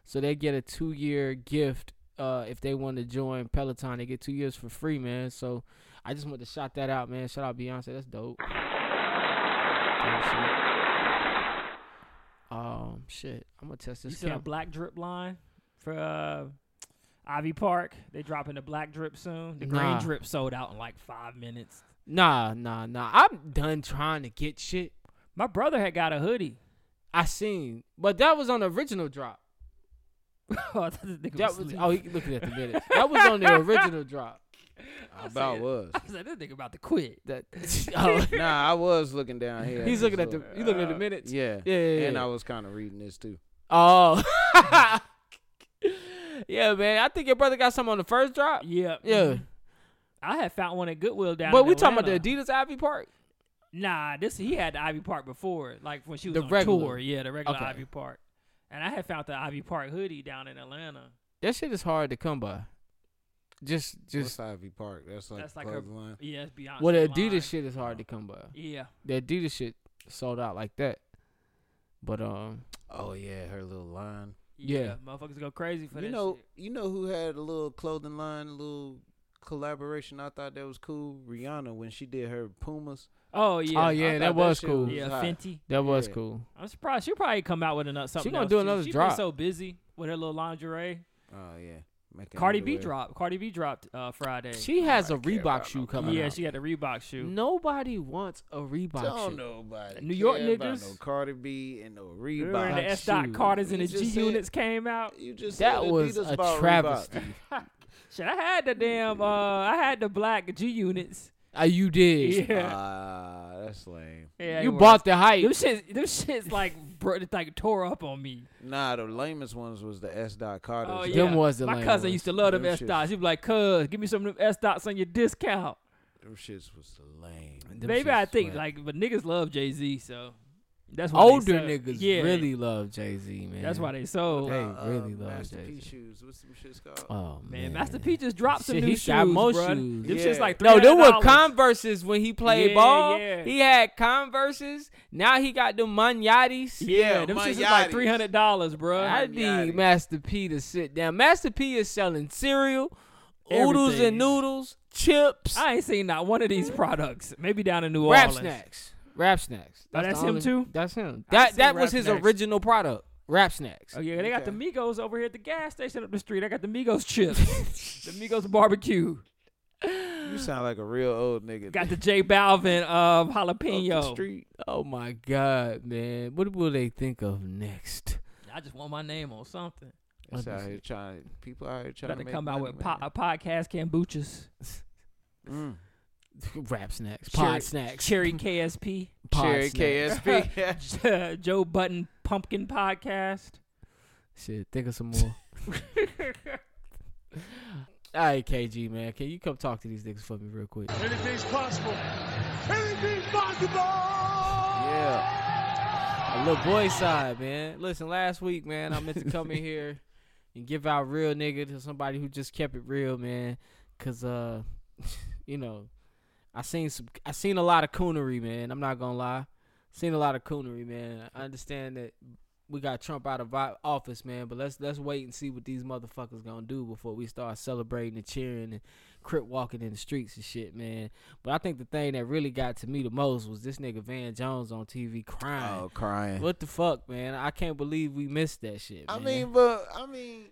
A: So they get a two-year gift uh, if they want to join Peloton. They get two years for free, man. So I just want to shout that out, man. Shout out Beyonce. That's dope. Dope shit. Um, shit. I'm gonna test
E: You
A: this
E: seen a
A: camera.
E: black drip line for uh, Ivy Park? They dropping the black drip soon. The
A: Nah.
E: green drip sold out in like five minutes.
A: Nah, nah, nah. I'm done trying to get shit.
E: My brother had got a hoodie.
A: I seen, but that was on the original drop.
E: oh, I thought this nigga
A: That
E: was
A: was
E: asleep.
A: oh, he looking at the minutes. That was on the original drop.
D: I about was.
E: I said, this nigga about to quit.
A: That oh,
D: Nah, I was looking down here.
A: he's looking at
D: this
A: the he looking at the minutes.
D: Yeah.
A: yeah, yeah,
D: And
A: yeah.
D: I was kind of reading this too.
A: Oh, yeah, man. I think your brother got some on the first drop.
E: Yeah.
A: Yeah, Mm-hmm.
E: I had found one at Goodwill down
A: but
E: in
A: we talking about
E: Atlanta.
A: the Adidas Ivy Park.
E: Nah, this he had the Ivy Park before, like when she was
A: The
E: on
A: regular.
E: tour. Yeah, the regular
A: Okay.
E: Ivy Park. And I had found the Ivy Park hoodie down in Atlanta.
A: That shit is hard to come by. Just,
D: What's
A: just
D: Ivy Park? That's like
E: That's
D: the
E: like her-
D: line.
E: Yeah, it's Beyonce.
A: well, the
E: line.
A: Adidas shit is hard to come by.
E: Yeah.
A: The Adidas shit sold out like that. But um,
D: Oh yeah, her little line.
E: Yeah.
A: Yeah.
E: Motherfuckers go crazy for
D: you
E: that
D: know,
E: shit.
D: you know who had a little clothing line, a little collaboration. I thought that was cool. Rihanna when she did her Pumas.
E: Oh yeah.
A: oh yeah,
D: thought
A: that
D: that
A: was
D: shit
A: cool.
D: was-
E: Yeah,
D: hot.
E: Fenty.
A: That was
D: Yeah.
A: cool.
E: I'm surprised she'll probably come out with another something.
A: gonna
E: else,
A: do
E: too.
A: another
E: she
A: drop.
E: Been so busy with her little lingerie.
D: Oh yeah, Making
E: Cardi B
D: underwear.
E: dropped. Cardi B dropped uh, Friday.
A: She has a
D: care
A: Reebok
D: about
A: shoe
D: no
A: coming
E: yeah,
A: out.
E: she had a Reebok shoe.
A: Nobody wants a Reebok
D: Don't
A: shoe.
D: nobody.
E: New York
D: care about
E: niggas.
D: No Cardi B and no
E: Remember when
D: Reebok.
E: the S dot
A: shoe.
E: Carters and
D: You
E: the G
D: just said-
E: units came out?
D: you just
A: That
D: said
A: was
D: Adidas
A: a
D: bought Reebok.
A: travesty.
E: Shit, I had the damn. Uh, I had the black G units.
A: Uh, you did.
E: Yeah.
D: Ah, that's lame.
E: yeah
A: you
E: they were.
A: bought the hype.
E: Them shit, them shits like bro, like tore up on me.
D: Nah, the lamest ones was the S dot Carter.
E: Oh yeah,
A: Them was the
E: my
A: lame
E: cousin
A: ones.
E: used to love them
D: Them
E: S
D: shits-
E: dots. He'd be like, "Cuz, give me some of them S dots on your discount."
D: Them shits was lame.
A: Them
E: Maybe I
A: shits
E: think
A: whack.
E: like, but niggas love Jay Z, so that's why
A: older
E: they sell-
A: niggas
E: yeah,
A: really love Jay Z, man.
E: That's why they sold.
A: Hey,
E: Man,
A: Uh, really love
D: Master
A: Jay-Z.
D: P shoes. What's some shits called?
E: Uh,
A: Oh man,
E: Master P just dropped some
A: Shit,
E: new
A: he
E: shoes,
A: got more
E: bruh.
A: shoes.
E: Them shits
D: Yeah.
E: like
A: No, them were
E: $300.
A: Converses when he played
E: Yeah,
A: ball.
E: yeah.
A: He had Converses. Now he got them Magnatis.
E: Yeah,
D: Yeah,
E: them
D: my
E: shits is like
D: yachties.
E: three hundred dollars, bro.
A: I need Master P to sit down. Master P is selling cereal oodles and
E: Everything.
A: noodles, chips,
E: I ain't seen not one of these products. Maybe down in New
A: rap
E: Orleans.
A: snacks, rap snacks.
E: Oh, that's
A: the
E: him too?
A: That's him.
E: I
A: That
E: see
A: that was
E: Rap
A: his
E: Snacks.
A: original product, rap snacks.
E: Oh yeah, they got the Migos over here at the gas station up the street. I got the Migos chips, the Migos barbecue.
D: You sound like a real old nigga.
E: Got the J Balvin um,
D: Up the
E: jalapeno.
D: street.
A: Oh my god, man! What will they think of next?
E: I just want my name on something.
D: It's out here trying. People out here trying
E: About
D: to
E: to
D: make
E: come out
D: money,
E: with
D: man.
E: po- a podcast kombuchas,
D: Mm.
A: Rap snacks,
E: Cherry-
A: pod snacks,
E: Cherry KSP,
A: pod
D: Cherry
A: snacks.
D: KSP.
E: Joe Button Pumpkin Podcast.
A: Shit, think of some more. All right, KG man, can you come talk to these niggas for me real quick?
D: yeah.
A: A little boy side, man. Listen, last week, man, I meant to come in here and give out real nigga to somebody who just kept it real, man. Cause uh, you know, I seen some, I seen a lot of coonery, man. I'm not gonna lie, seen a lot of coonery, man. I understand that we got Trump out of vi- office, man. But let's let's wait and see what these motherfuckers gonna do before we start celebrating and cheering and crip walking in the streets and shit, man. But I think the thing that really got to me the most was this nigga Van Jones on TV crying.
D: Oh, crying.
A: What the fuck, man? I can't believe we missed that shit.
D: I
A: man.
D: mean, but I mean,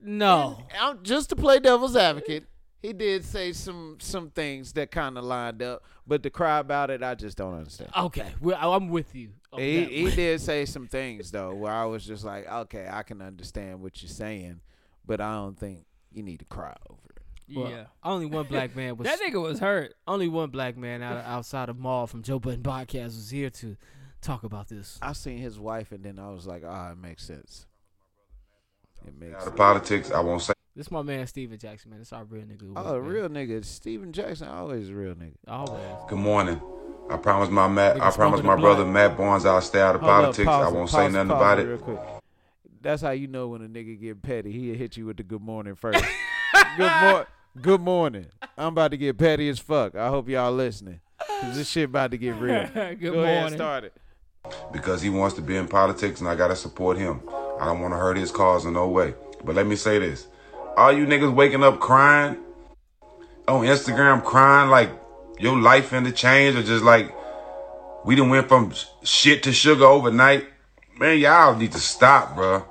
A: no.
D: I'm just to play devil's advocate. He did say some some things that kind of lined up, but to cry about it, I just don't understand.
A: Okay, well, I'm with you. on
D: He,
A: Oh, that
D: he
A: one.
D: did say some things though, where I was just like, okay, I can understand what you're saying, but I don't think you need to cry over it.
A: Well,
E: yeah,
A: Only one black man was.
E: that nigga was hurt.
A: only one black man out, outside of Mall from Joe Button Podcast was here to talk about this.
D: I seen his wife, and then I was like, ah, it makes sense. It makes.
G: Out
D: Sense.
G: of politics, I won't say
A: This my man Steven Jackson, man. It's our real nigga. who was,
D: Oh, a
A: man.
D: real nigga. Steven Jackson always a real nigga.
A: Always.
G: good morning. I promise my Matt, I
A: Niggas
G: promise
A: smoking
G: my
A: the
G: brother
A: blunt.
G: Matt Barnes I'll stay out of
D: Hold up,
G: politics. I
D: pause it,
G: won't
D: pause
G: say
D: it,
G: nothing
D: pause
G: about
D: Real
G: it.
D: quick. That's how you know when a nigga get petty. He'll hit you with the good morning first. good, mor- good morning. I'm about to get petty as fuck. I hope y'all listening. 'Cause this shit about to get real.
E: Good
D: Go ahead
E: morning.
D: and start it.
G: because he wants to be in politics and I gotta support him. I don't wanna hurt his cause in no way. But let me say this. All you niggas waking up crying on Instagram crying like your life in the change or just like we done went from sh- shit to sugar overnight. Man, y'all need to stop, bruh.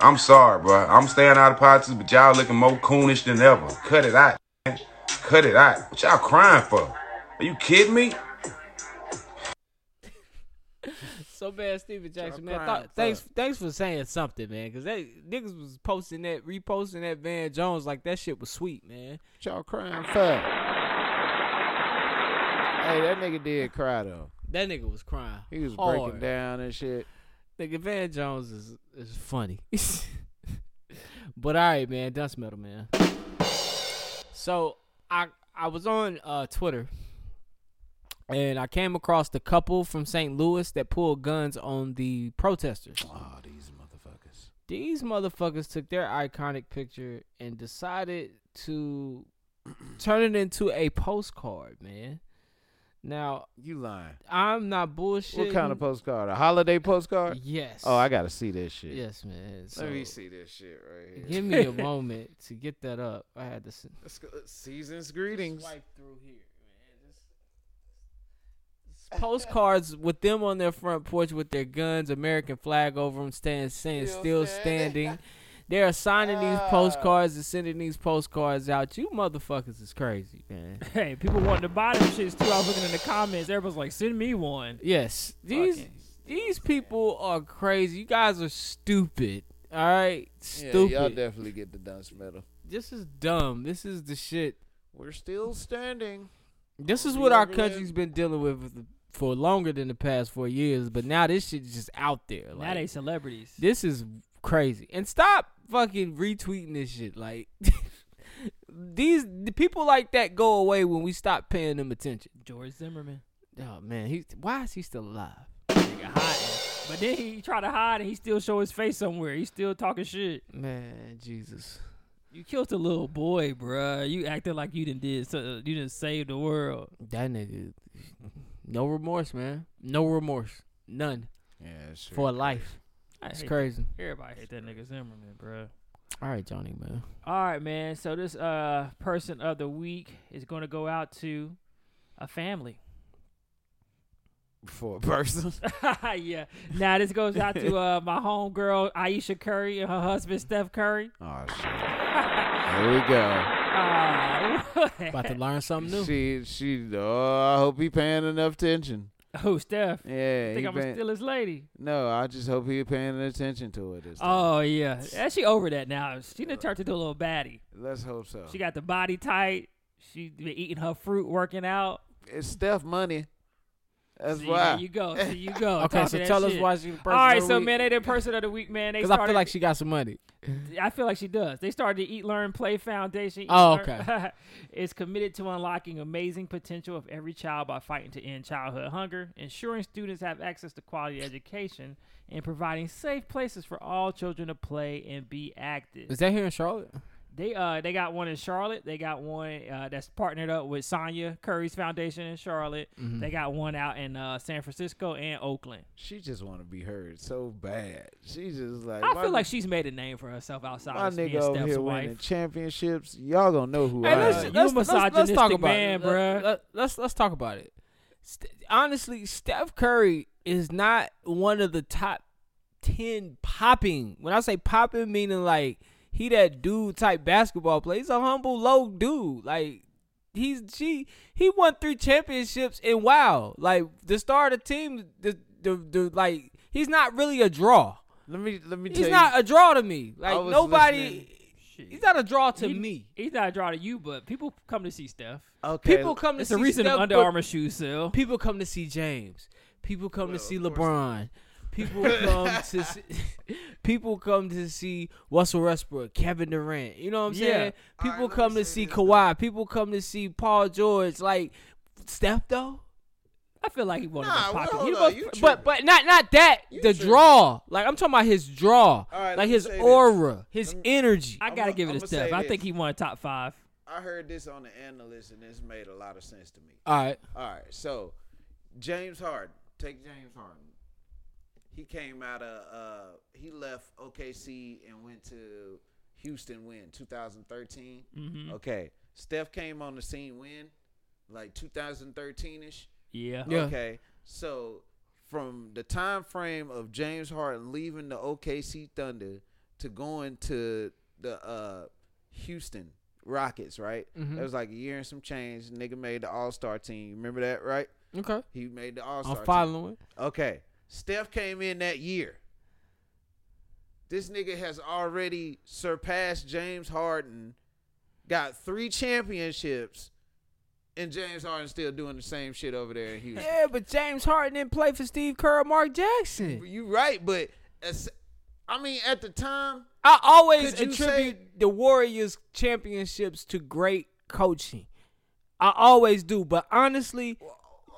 G: I'm sorry, bruh. I'm staying out of politics, but y'all looking more coonish than ever. Cut it out, man. Cut it out. What y'all crying for? Are you kidding me?
A: So bad, Steven Jackson, man.
D: crying
A: Thought-
D: for
A: thanks, thanks for saying something, man. Cause that niggas was posting that, reposting that Van Jones like that shit was sweet, man.
D: What Y'all crying for? Hey, that nigga did cry though.
A: That nigga was crying.
D: He was
A: hard.
D: breaking down and shit.
A: Nigga, Van Jones is is funny. but all right, man, Dust Metal, man. So I I was on uh, Twitter, and I came across the couple from St. Louis that pulled guns on the protesters.
D: Oh, these motherfuckers.
A: These motherfuckers took their iconic picture and decided to turn it into a postcard, man. Now
D: You lying.
A: I'm not bullshit.
D: What kind of postcard? A holiday postcard?
A: Yes.
D: Oh, I gotta see this shit.
A: Yes, man. So,
C: Let me see this shit right here.
A: Give me a moment to get that up. I had to s-
C: Let's go. Season's greetings.
A: swipe through here, man. Just- just postcards with them on their front porch with their guns, American flag over them, stand, saying Ah. still, standing. They are signing these postcards and sending these postcards out. You motherfuckers is crazy, man.
E: Hey, people wanting to buy them shits too. I was looking in the comments. Everybody's like, "Send me one."
A: Yes, these
E: Fucking
A: these people are crazy. You guys are stupid. All right, stupid.
D: Yeah, y'all definitely get the dunce medal.
A: this is dumb. This is the shit
D: We're still standing.
A: This is
D: Be
A: what our
D: over there.
A: country's been dealing with for the- for longer than the past four years, but now this shit is just out there.
E: now they
A: Like,
E: celebrities.
A: this is crazy. And stop fucking retweeting this shit. Like these the people like that go away when we stop paying them attention.
E: George Zimmerman.
A: Oh man, he's why is he still alive?
E: Nigga hiding. But then he try to hide and he still show his face somewhere. He still talking shit.
A: Man, Jesus.
E: You killed a little boy, bruh. You acted like you didn't did so you didn't save the world.
A: That nigga no remorse, man. No remorse. None
D: Yeah, sure.
A: for life.
E: I
A: It's
E: hate
A: crazy.
E: That. Everybody hate that nigga Zimmerman, bruh.
A: All right, Johnny, man.
E: All right, man. So this uh person of the week is going to go out to a family.
D: for a person.
E: yeah. Now this goes out to uh my homegirl Aisha Curry and her husband Steph Curry.
D: oh shit. Here we go.
E: Uh,
A: About to learn something new.
D: She she. Oh, I hope he paying enough attention.
E: who oh, Steph?
D: Yeah.
E: I
D: he
E: think I'm
D: paying-
E: going steal his lady.
D: no, I just hope he paying attention to it. This time.
E: Oh yeah, yeah. She over that now. She done turned into a little baddie.
D: Let's hope so.
E: She got the body tight. She been eating her fruit, working out.
D: it's Steph money. That's
E: See,
D: why.
E: There you go. See, you go.
A: Okay,
E: Talking
A: so
E: that
A: tell us
E: shit.
A: why she the person.
E: All right,
A: of the
E: so
A: week.
E: man, they did person of the week, man. They
A: because
E: started,
A: I feel like she got some money.
E: I feel like she does. They started the Eat, Learn, Play Foundation. Eat,
A: Oh,
E: Learn-
A: okay.
E: is committed to unlocking amazing potential of every child by fighting to end childhood hunger, ensuring students have access to quality education, and providing safe places for all children to play and be active.
A: Is that here in Charlotte?
E: They uh they got one in Charlotte. They got one uh, that's partnered up with Sonya Curry's Foundation in Charlotte.
A: Mm-hmm.
E: They got one out in uh, San Francisco and Oakland.
D: She just want to be heard so bad. She just like.
E: I
D: my
E: feel like she's made a name for herself outside
D: My
E: of being
D: nigga over
E: Steph's
D: here
E: wife.
D: winning championships. Y'all gonna know who
E: Hey,
D: I
E: let's
D: am.
E: just- You a misogynistic man,
A: it. Let-
E: bruh.
A: let- Let's let's talk about it. St- honestly, Steph Curry is not one of the top ten popping. When I say popping, meaning like he that dude type basketball player. He's a humble, low dude. Like he's she he won three championships and wow, like the star of the team, the the, the like he's not really a draw.
D: let me let me
A: He's
D: tell
A: not
D: you.
A: a draw to me.
D: I
A: Like
D: was
A: nobody.
D: listening.
A: He's not a draw to
E: He-
A: me.
E: He's not a draw to you, but people come to see Steph.
D: okay,
A: People come to
E: It's
A: see
E: a reason
A: Steph,
E: Under
A: but-
E: Armour shoes sell.
A: People come to see James. People come to see LeBron. People come to see, people come to see Russell Westbrook, Kevin Durant. You know what I'm
E: Yeah.
A: saying? People
F: let me
A: come to
F: say
A: see
F: this,
A: Kawhi. People come to see Paul George. Like Steph though,
E: I feel like he wanted
F: Nah,
E: to pop
F: well,
E: it. He
F: hold
E: was-
F: on, you tripping.
A: but but not not that the draw. Like I'm talking about his draw,
F: right, let
A: like
F: me
A: his
F: say this.
A: aura, his energy.
E: I gotta
D: I'ma-
E: give it
D: I'ma
E: to
D: say
E: Steph. I
D: this.
E: think he won a top five.
D: I heard this on the analyst, and this made a lot of sense to me.
A: All right,
D: All right, so James Harden, take James Harden. He came out of uh, he left OKC and went to Houston win 2013. Okay, Steph came on the scene when like 2013 ish.
E: Yeah.
A: Yeah.
D: Okay, so from the time frame of James Harden leaving the OKC Thunder to going to the uh, Houston Rockets, right? That was like a year and some change. Nigga made the All Star team. Remember that, right?
A: okay,
D: He made the All
A: I'm
D: Star.
A: following.
D: Okay, Steph came in that year. This nigga has already surpassed James Harden, got three championships, and James Harden still doing the same shit over there in Houston.
A: Yeah, but James Harden didn't play for Steve Kerr, or Mark Jackson.
D: You right, but as, I mean, at the time,
A: I always
D: Could you
A: attribute
D: say-
A: the Warriors championships to great coaching. I always do, but honestly,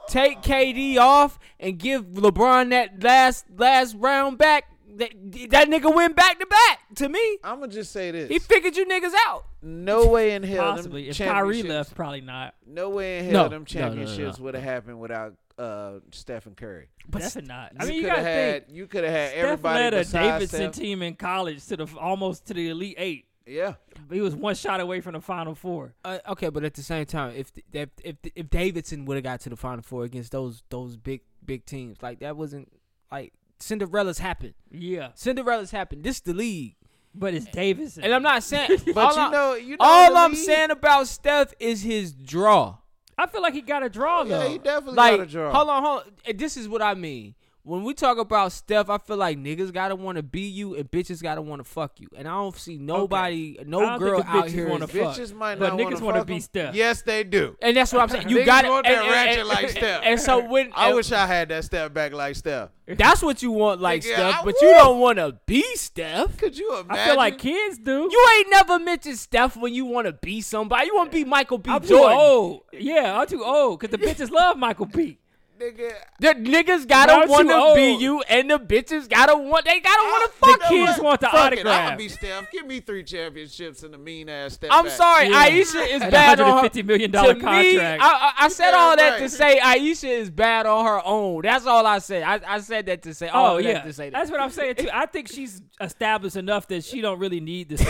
A: take KD off and give LeBron that last last round back. That that nigga went back to back to me.
D: I'm gonna just say this:
A: He figured you niggas out.
D: no way in hell,
E: Possibly.
D: them
E: If Kyrie
D: championships-
E: left, probably not.
D: no way in hell,
A: No, no, no, no,
D: them championships
A: no.
D: would have happened without uh, Stephen Curry.
E: Definitely not. I
D: you
E: mean, you
D: could
E: gotta
D: have had
E: think.
D: you could have had
E: Steph
D: everybody
E: led a
D: besides
E: Davidson
D: Steph.
E: team in college to the almost to the elite eight.
D: Yeah,
E: He was one shot away from the final four.
A: Uh, okay, but at the same time, if th- if if, if Davidson would have got to the final four against those those big big teams, like that wasn't like Cinderella's happened.
E: Yeah,
A: Cinderella's happened. This the league.
E: but it's Davidson.
A: And I'm not saying.
D: But
A: all
D: you
A: I-
D: know- you know
A: all
D: the
A: I'm
D: league.
A: saying about Steph is his draw.
E: I feel like he got a draw though.
D: yeah, he definitely
A: Like,
D: got a draw.
A: hold on, hold on. And This is what I mean. When we talk about Steph, I feel like niggas gotta want to be you and bitches gotta want to fuck you. And I don't see nobody,
E: I
A: no
E: don't
A: girl
E: think the
A: out
E: bitches
A: here.
E: wanna
A: is-
E: fuck.
D: Bitches might
E: but
D: not
E: niggas
D: want to
E: be Steph.
D: Yes, they do.
A: and that's what I'm saying. You
D: Niggas
A: got
D: want that ratchet like Steph.
A: And so when
D: I wish I had that step back like Steph.
A: that's what you want, like
D: Nigga,
A: Steph,
D: I
A: but you
D: would.
A: don't want to be Steph.
D: Could you imagine?
E: I feel like kids do.
A: You ain't never mentioned Steph when you want to be somebody. You want to be Michael B.
E: I'm too
A: Jordan.
E: old. Yeah, I'm too old because the bitches love Michael B.
D: nigga.
A: The niggas
E: Bro,
A: gotta
E: I'm
A: want
E: too
A: to be
E: old.
A: you, and the bitches gotta want. They gotta want to fuck
E: the kids
A: her.
E: want the
D: Fuck it, I'll
E: autograph.
D: be Steph. Give me three championships and a mean ass step.
A: I'm
D: back.
A: sorry,
E: Yeah.
A: Aisha is
E: At
A: bad on her.
E: $150 million
A: To me,
E: contract.
A: I, I, I said all that
D: right.
A: to say Aisha is bad on her own. That's all I said. I, I said that to say. all
E: Oh
A: of that
E: yeah,
A: to say that.
E: that's what I'm saying too. I think she's established enough that she don't really need this.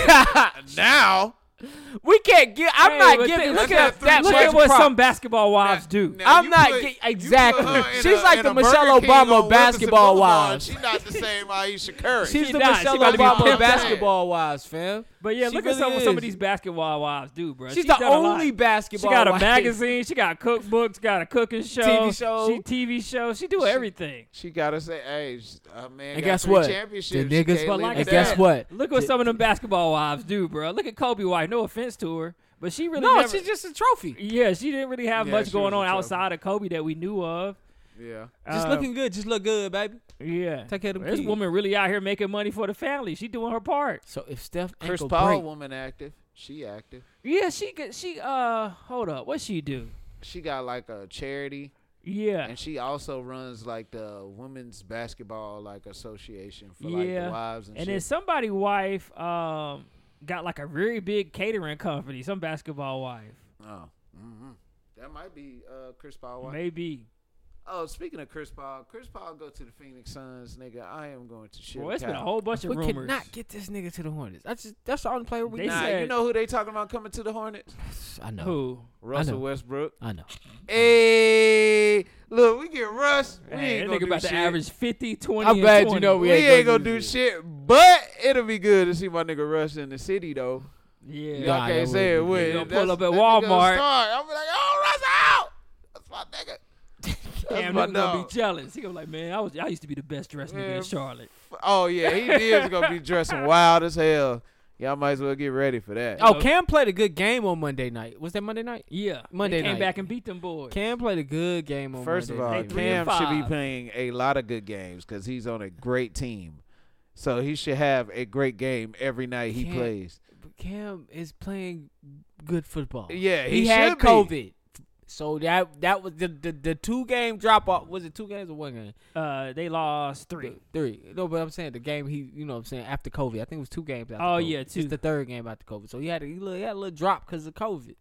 D: Now,
A: we can't give. I'm
E: Hey,
A: not
E: but
A: giving.
E: th-
A: Look
E: look
A: at
E: at,
A: that.
E: look
A: much
E: at what
A: props.
E: some basketball wives do.
D: now
A: I'm
D: you
A: not get-
D: put- you put her
A: exactly.
D: in
A: She's
D: a-
A: like
D: in
A: the
D: a
A: Michelle
D: Burger
A: Obama
D: King on Wilkinson
A: basketball
D: Boulevard.
A: wives.
D: She's not the same Aisha Curry.
A: She's
E: She
A: the
E: not. She
A: Michelle
E: about to be
A: Obama
E: pimped out.
A: basketball wives, fam.
E: But yeah,
A: She
E: look
A: really
E: at some, what some
A: is.
E: of these basketball wives do, bro.
A: She's
E: She's
A: the
E: done a lot.
A: only
E: She
A: basketball.
E: got a
A: wife.
E: magazine. She got cookbooks. Got a cooking show.
A: TV show.
E: She TV show. She do everything.
D: She gotta say, "Hey, sh- uh, man."
A: And
D: got
A: guess
D: three
A: what? The
D: Championships.
A: niggas- But
D: She can't
E: like
D: live
A: And
E: I
A: guess
E: said,
A: what?
E: Look what
A: Th-
E: some of them basketball wives do, bro. Look at Kobe wife. No offense to her, but she really
A: No,
E: never-
A: she's just a trophy.
E: yeah, she didn't really have
D: Yeah,
E: much
D: she
E: going
D: was a
E: on
D: trophy.
E: outside of Kobe that we knew of.
D: Yeah.
A: Just
E: Uh,
A: looking good. Just look good, baby.
E: Yeah,
A: Take care of them
E: This
A: kids.
E: woman really out here making money for the family. She doing her part.
A: So if Steph
D: Chris
A: ankle
D: Paul,
A: break,
D: woman active. She active.
E: Yeah, she could. She uh, hold up, what she do?
D: She got like a charity,
A: Uh.
E: Yeah,
D: and she also runs like the women's basketball like association for like
E: Yeah.
D: the wives and,
E: and then
D: shit.
E: somebody wife um got like a very big catering company. Some basketball wife,
D: oh. hmm That might be uh, Chris Paul. wife.
E: maybe.
D: Oh, speaking of Chris Paul, Chris Paul go to the Phoenix Suns, nigga. I am going to shit.
E: Well, it's been a
D: cow.
E: whole bunch of
A: we
E: rumors.
A: cannot get this nigga to the Hornets. That's just, that's the only player we
E: They
A: got.
D: Nah, you
E: said-
D: know who they talking about coming to the Hornets?
A: I know.
E: Who?
D: Russell
A: know.
D: Westbrook.
A: I know.
D: Hey, look, we get Russ. We
E: Hey,
D: ain't
E: that
D: gonna
E: nigga
D: do
E: about
D: shit.
E: to average 50, 20.
A: I'm
E: and
A: glad you
E: 20.
A: know
D: We,
A: We ain't
D: ain't
A: gonna
D: gonna
A: do
D: do shit, but it'll be good to see my nigga Russ in the city though.
E: Yeah.
A: Nah,
D: Y'all can't
A: that
D: say it
A: wouldn't be
D: would.
E: good. Gonna
D: That's-
E: pull up at
D: that nigga gonna
E: Walmart.
D: start. I'll be like, oh, Russ out. That's my nigga. That's
E: Damn,
D: my
E: nigga gonna
D: dog.
E: be jealous. He gonna be like, man, I was, I used to be the best dressed nigga
D: Man,
E: in Charlotte.
D: Oh yeah, he is gonna be dressing wild as hell. Y'all might as well get ready for that.
A: Oh, Cam played a good game on Monday night. Was that Monday night?
E: Yeah, They
A: Monday
E: came
A: night.
E: back and beat them boys.
A: Cam played a good game on
D: First of
A: Monday
D: all,
A: night.
E: They three and
D: Cam should be
E: five.
D: playing a lot of good games because he's on a great team. So he should have a great game every night he
A: Cam-
D: plays.
A: Cam is playing good football.
D: Yeah,
A: he,
D: he
A: had
D: should be.
A: COVID, so that that was the the, the two game drop off. Was it two games or one game?
E: Uh, they lost three.
A: Three. No, but I'm saying the game he, you know, what I'm saying after COVID, I think it was two games. After
E: Oh,
A: COVID.
E: yeah, two.
A: It's the third game after COVID, so he had a, he, little, he had a little drop because of COVID.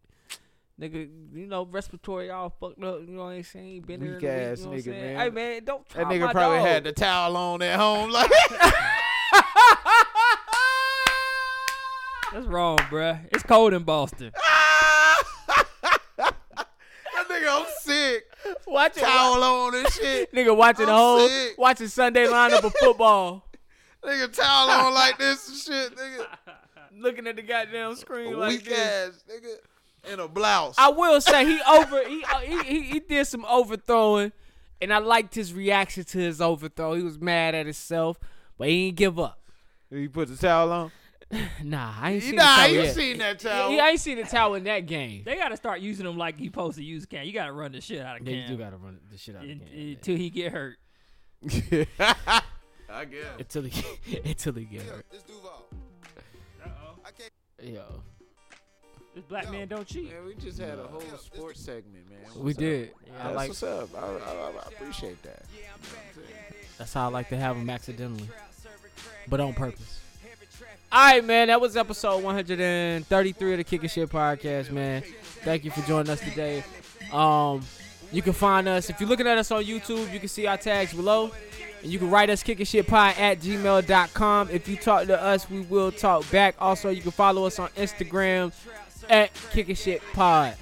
A: Nigga, you know, respiratory all fucked up. You know what I'm saying? He Been
D: Weak
A: there
D: ass
A: in a week,
D: nigga,
A: you know what I'm saying?
D: man.
A: Hey man, don't try
D: That nigga
A: my
D: probably
A: dog.
D: had the towel on at home. Like,
E: That's wrong, bruh. It's cold in Boston.
D: that nigga, I'm sick.
A: Watch it,
D: Towel on and shit.
A: nigga watching the
D: I'm
A: whole
D: sick.
A: watching Sunday lineup of football,
D: Nigga, towel on like this and shit. Nigga,
A: looking at the goddamn screen like
D: weak
A: this.
D: ass. Nigga, in a blouse.
A: I will say he over he, uh, he he he did some overthrowing, and I liked his reaction to his overthrow. He was mad at himself, but he didn't give up.
D: he put the towel on.
A: Nah, I ain't
D: You
A: seen the
D: nah,
A: towel
D: you
A: yet.
D: seen that towel.
A: Yeah, I ain't seen the towel in that game.
E: They gotta start using them like he supposed to use Cam. You gotta run the shit out of
A: Yeah,
E: Cam
A: you do gotta run the shit out of the
E: in-
A: game.
E: until he get hurt.
D: I guess.
A: Until he until he get hurt. Yo,
E: This black man don't cheat.
D: Man, we just had a whole sports segment, man.
A: we did. I
D: That's
A: like.
D: what's up. I, I, I appreciate that.
A: That's how I like to have them accidentally, but on purpose. All right, man. That was episode 133 of the Kicking Shit podcast, man. Thank you for joining us today. Um, you can find us if you're looking at us on YouTube. You can see our tags below, and you can write us kicking shit pie at gmail.com. If you talk to us, we will talk back. Also, you can follow us on Instagram at kicking shit pod.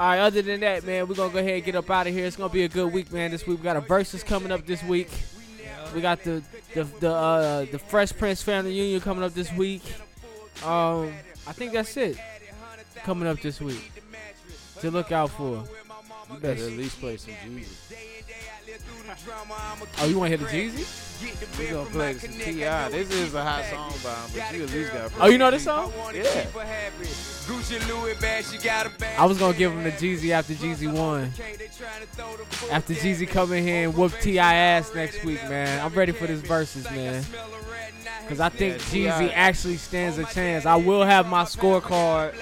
A: All right. Other than that, man, we're gonna go ahead and get up out of here. It's gonna be a good week, man. This week we got a versus coming up this week. We got the the the, uh, the Fresh Prince family reunion coming up this week. Um, I think that's it coming up this week to look out for.
D: You better at least play some Jesus.
A: Oh, you want to hear the Jeezy?
D: We gonna play some T.I. This is a hot song by him, but you at least got.
A: Oh, you know this song?
D: Yeah.
F: Gucci Louis bag, she got a bag.
A: I was gonna give him the Jeezy after Jeezy won. After Jeezy come in here and whoop Ti ass next week, man. I'm ready for this verses, man. Cause I think
D: Yeah,
A: Jeezy
D: T.I.
A: actually stands a chance. I will have my scorecard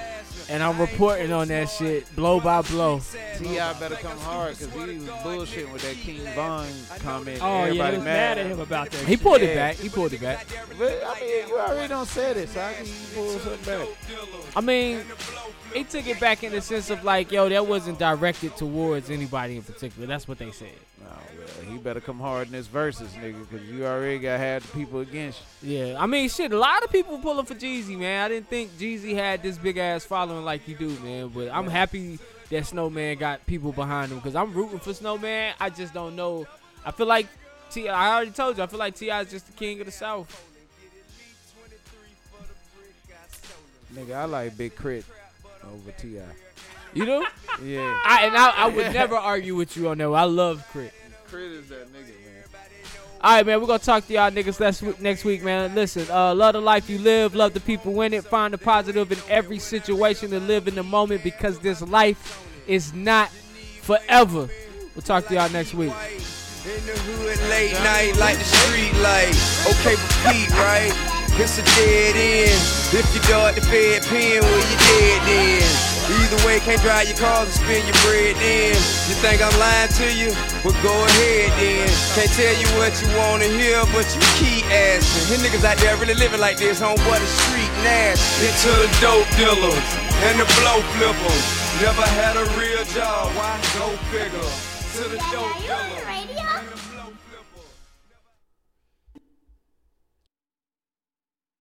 A: and I'm reporting on that shit blow by blow.
D: T.I. better come hard because he was bullshitting with that King Von comment.
E: Oh
D: Everybody
E: yeah, he was
D: mad
E: mad at him about that.
A: He pulled it
D: Yeah.
A: back. He pulled it back.
D: But, I mean, you already don't say this. How can you pull something back?
A: I mean, he took it back in the sense of like, yo, that wasn't directed towards anybody in particular. That's what they said.
D: No, well, he better come hard in this versus, nigga, because you already got had the people against you.
A: Yeah, I mean, shit, a lot of people pulling for Jeezy, man. I didn't think Jeezy had this big ass following like he do, man. But I'm happy that Snowman got people behind him because I'm rooting for Snowman. I just don't know. I feel like T. I already told you. I feel like Ti is just the king of the South.
D: Nigga, I like Big Crit over T.I.
A: You know?
D: Yeah.
A: I and I, I would never argue with you on that. one. I love Crit.
C: Crit is that nigga, man.
A: All right, man. We're gonna talk to y'all niggas next week. Next week, man. Listen, uh, love the life you live, love the people in it, find the positive in every situation, and live in the moment because this life is not forever. We'll talk to y'all next week.
F: In the hood late night, like the street light. Okay, repeat, right? It's a dead end. If you dart the fed pen, well, you dead then. Either way, can't drive your cars and spend your bread then. You think I'm lying to you? Well, go ahead then. Can't tell you what you wanna hear, but you keep asking. Here niggas out there really living like this, on what the street nasty. Into the dope dealer and the blow flipper. Never had a real job, why go figure? To the dope dealer.
H: Radio?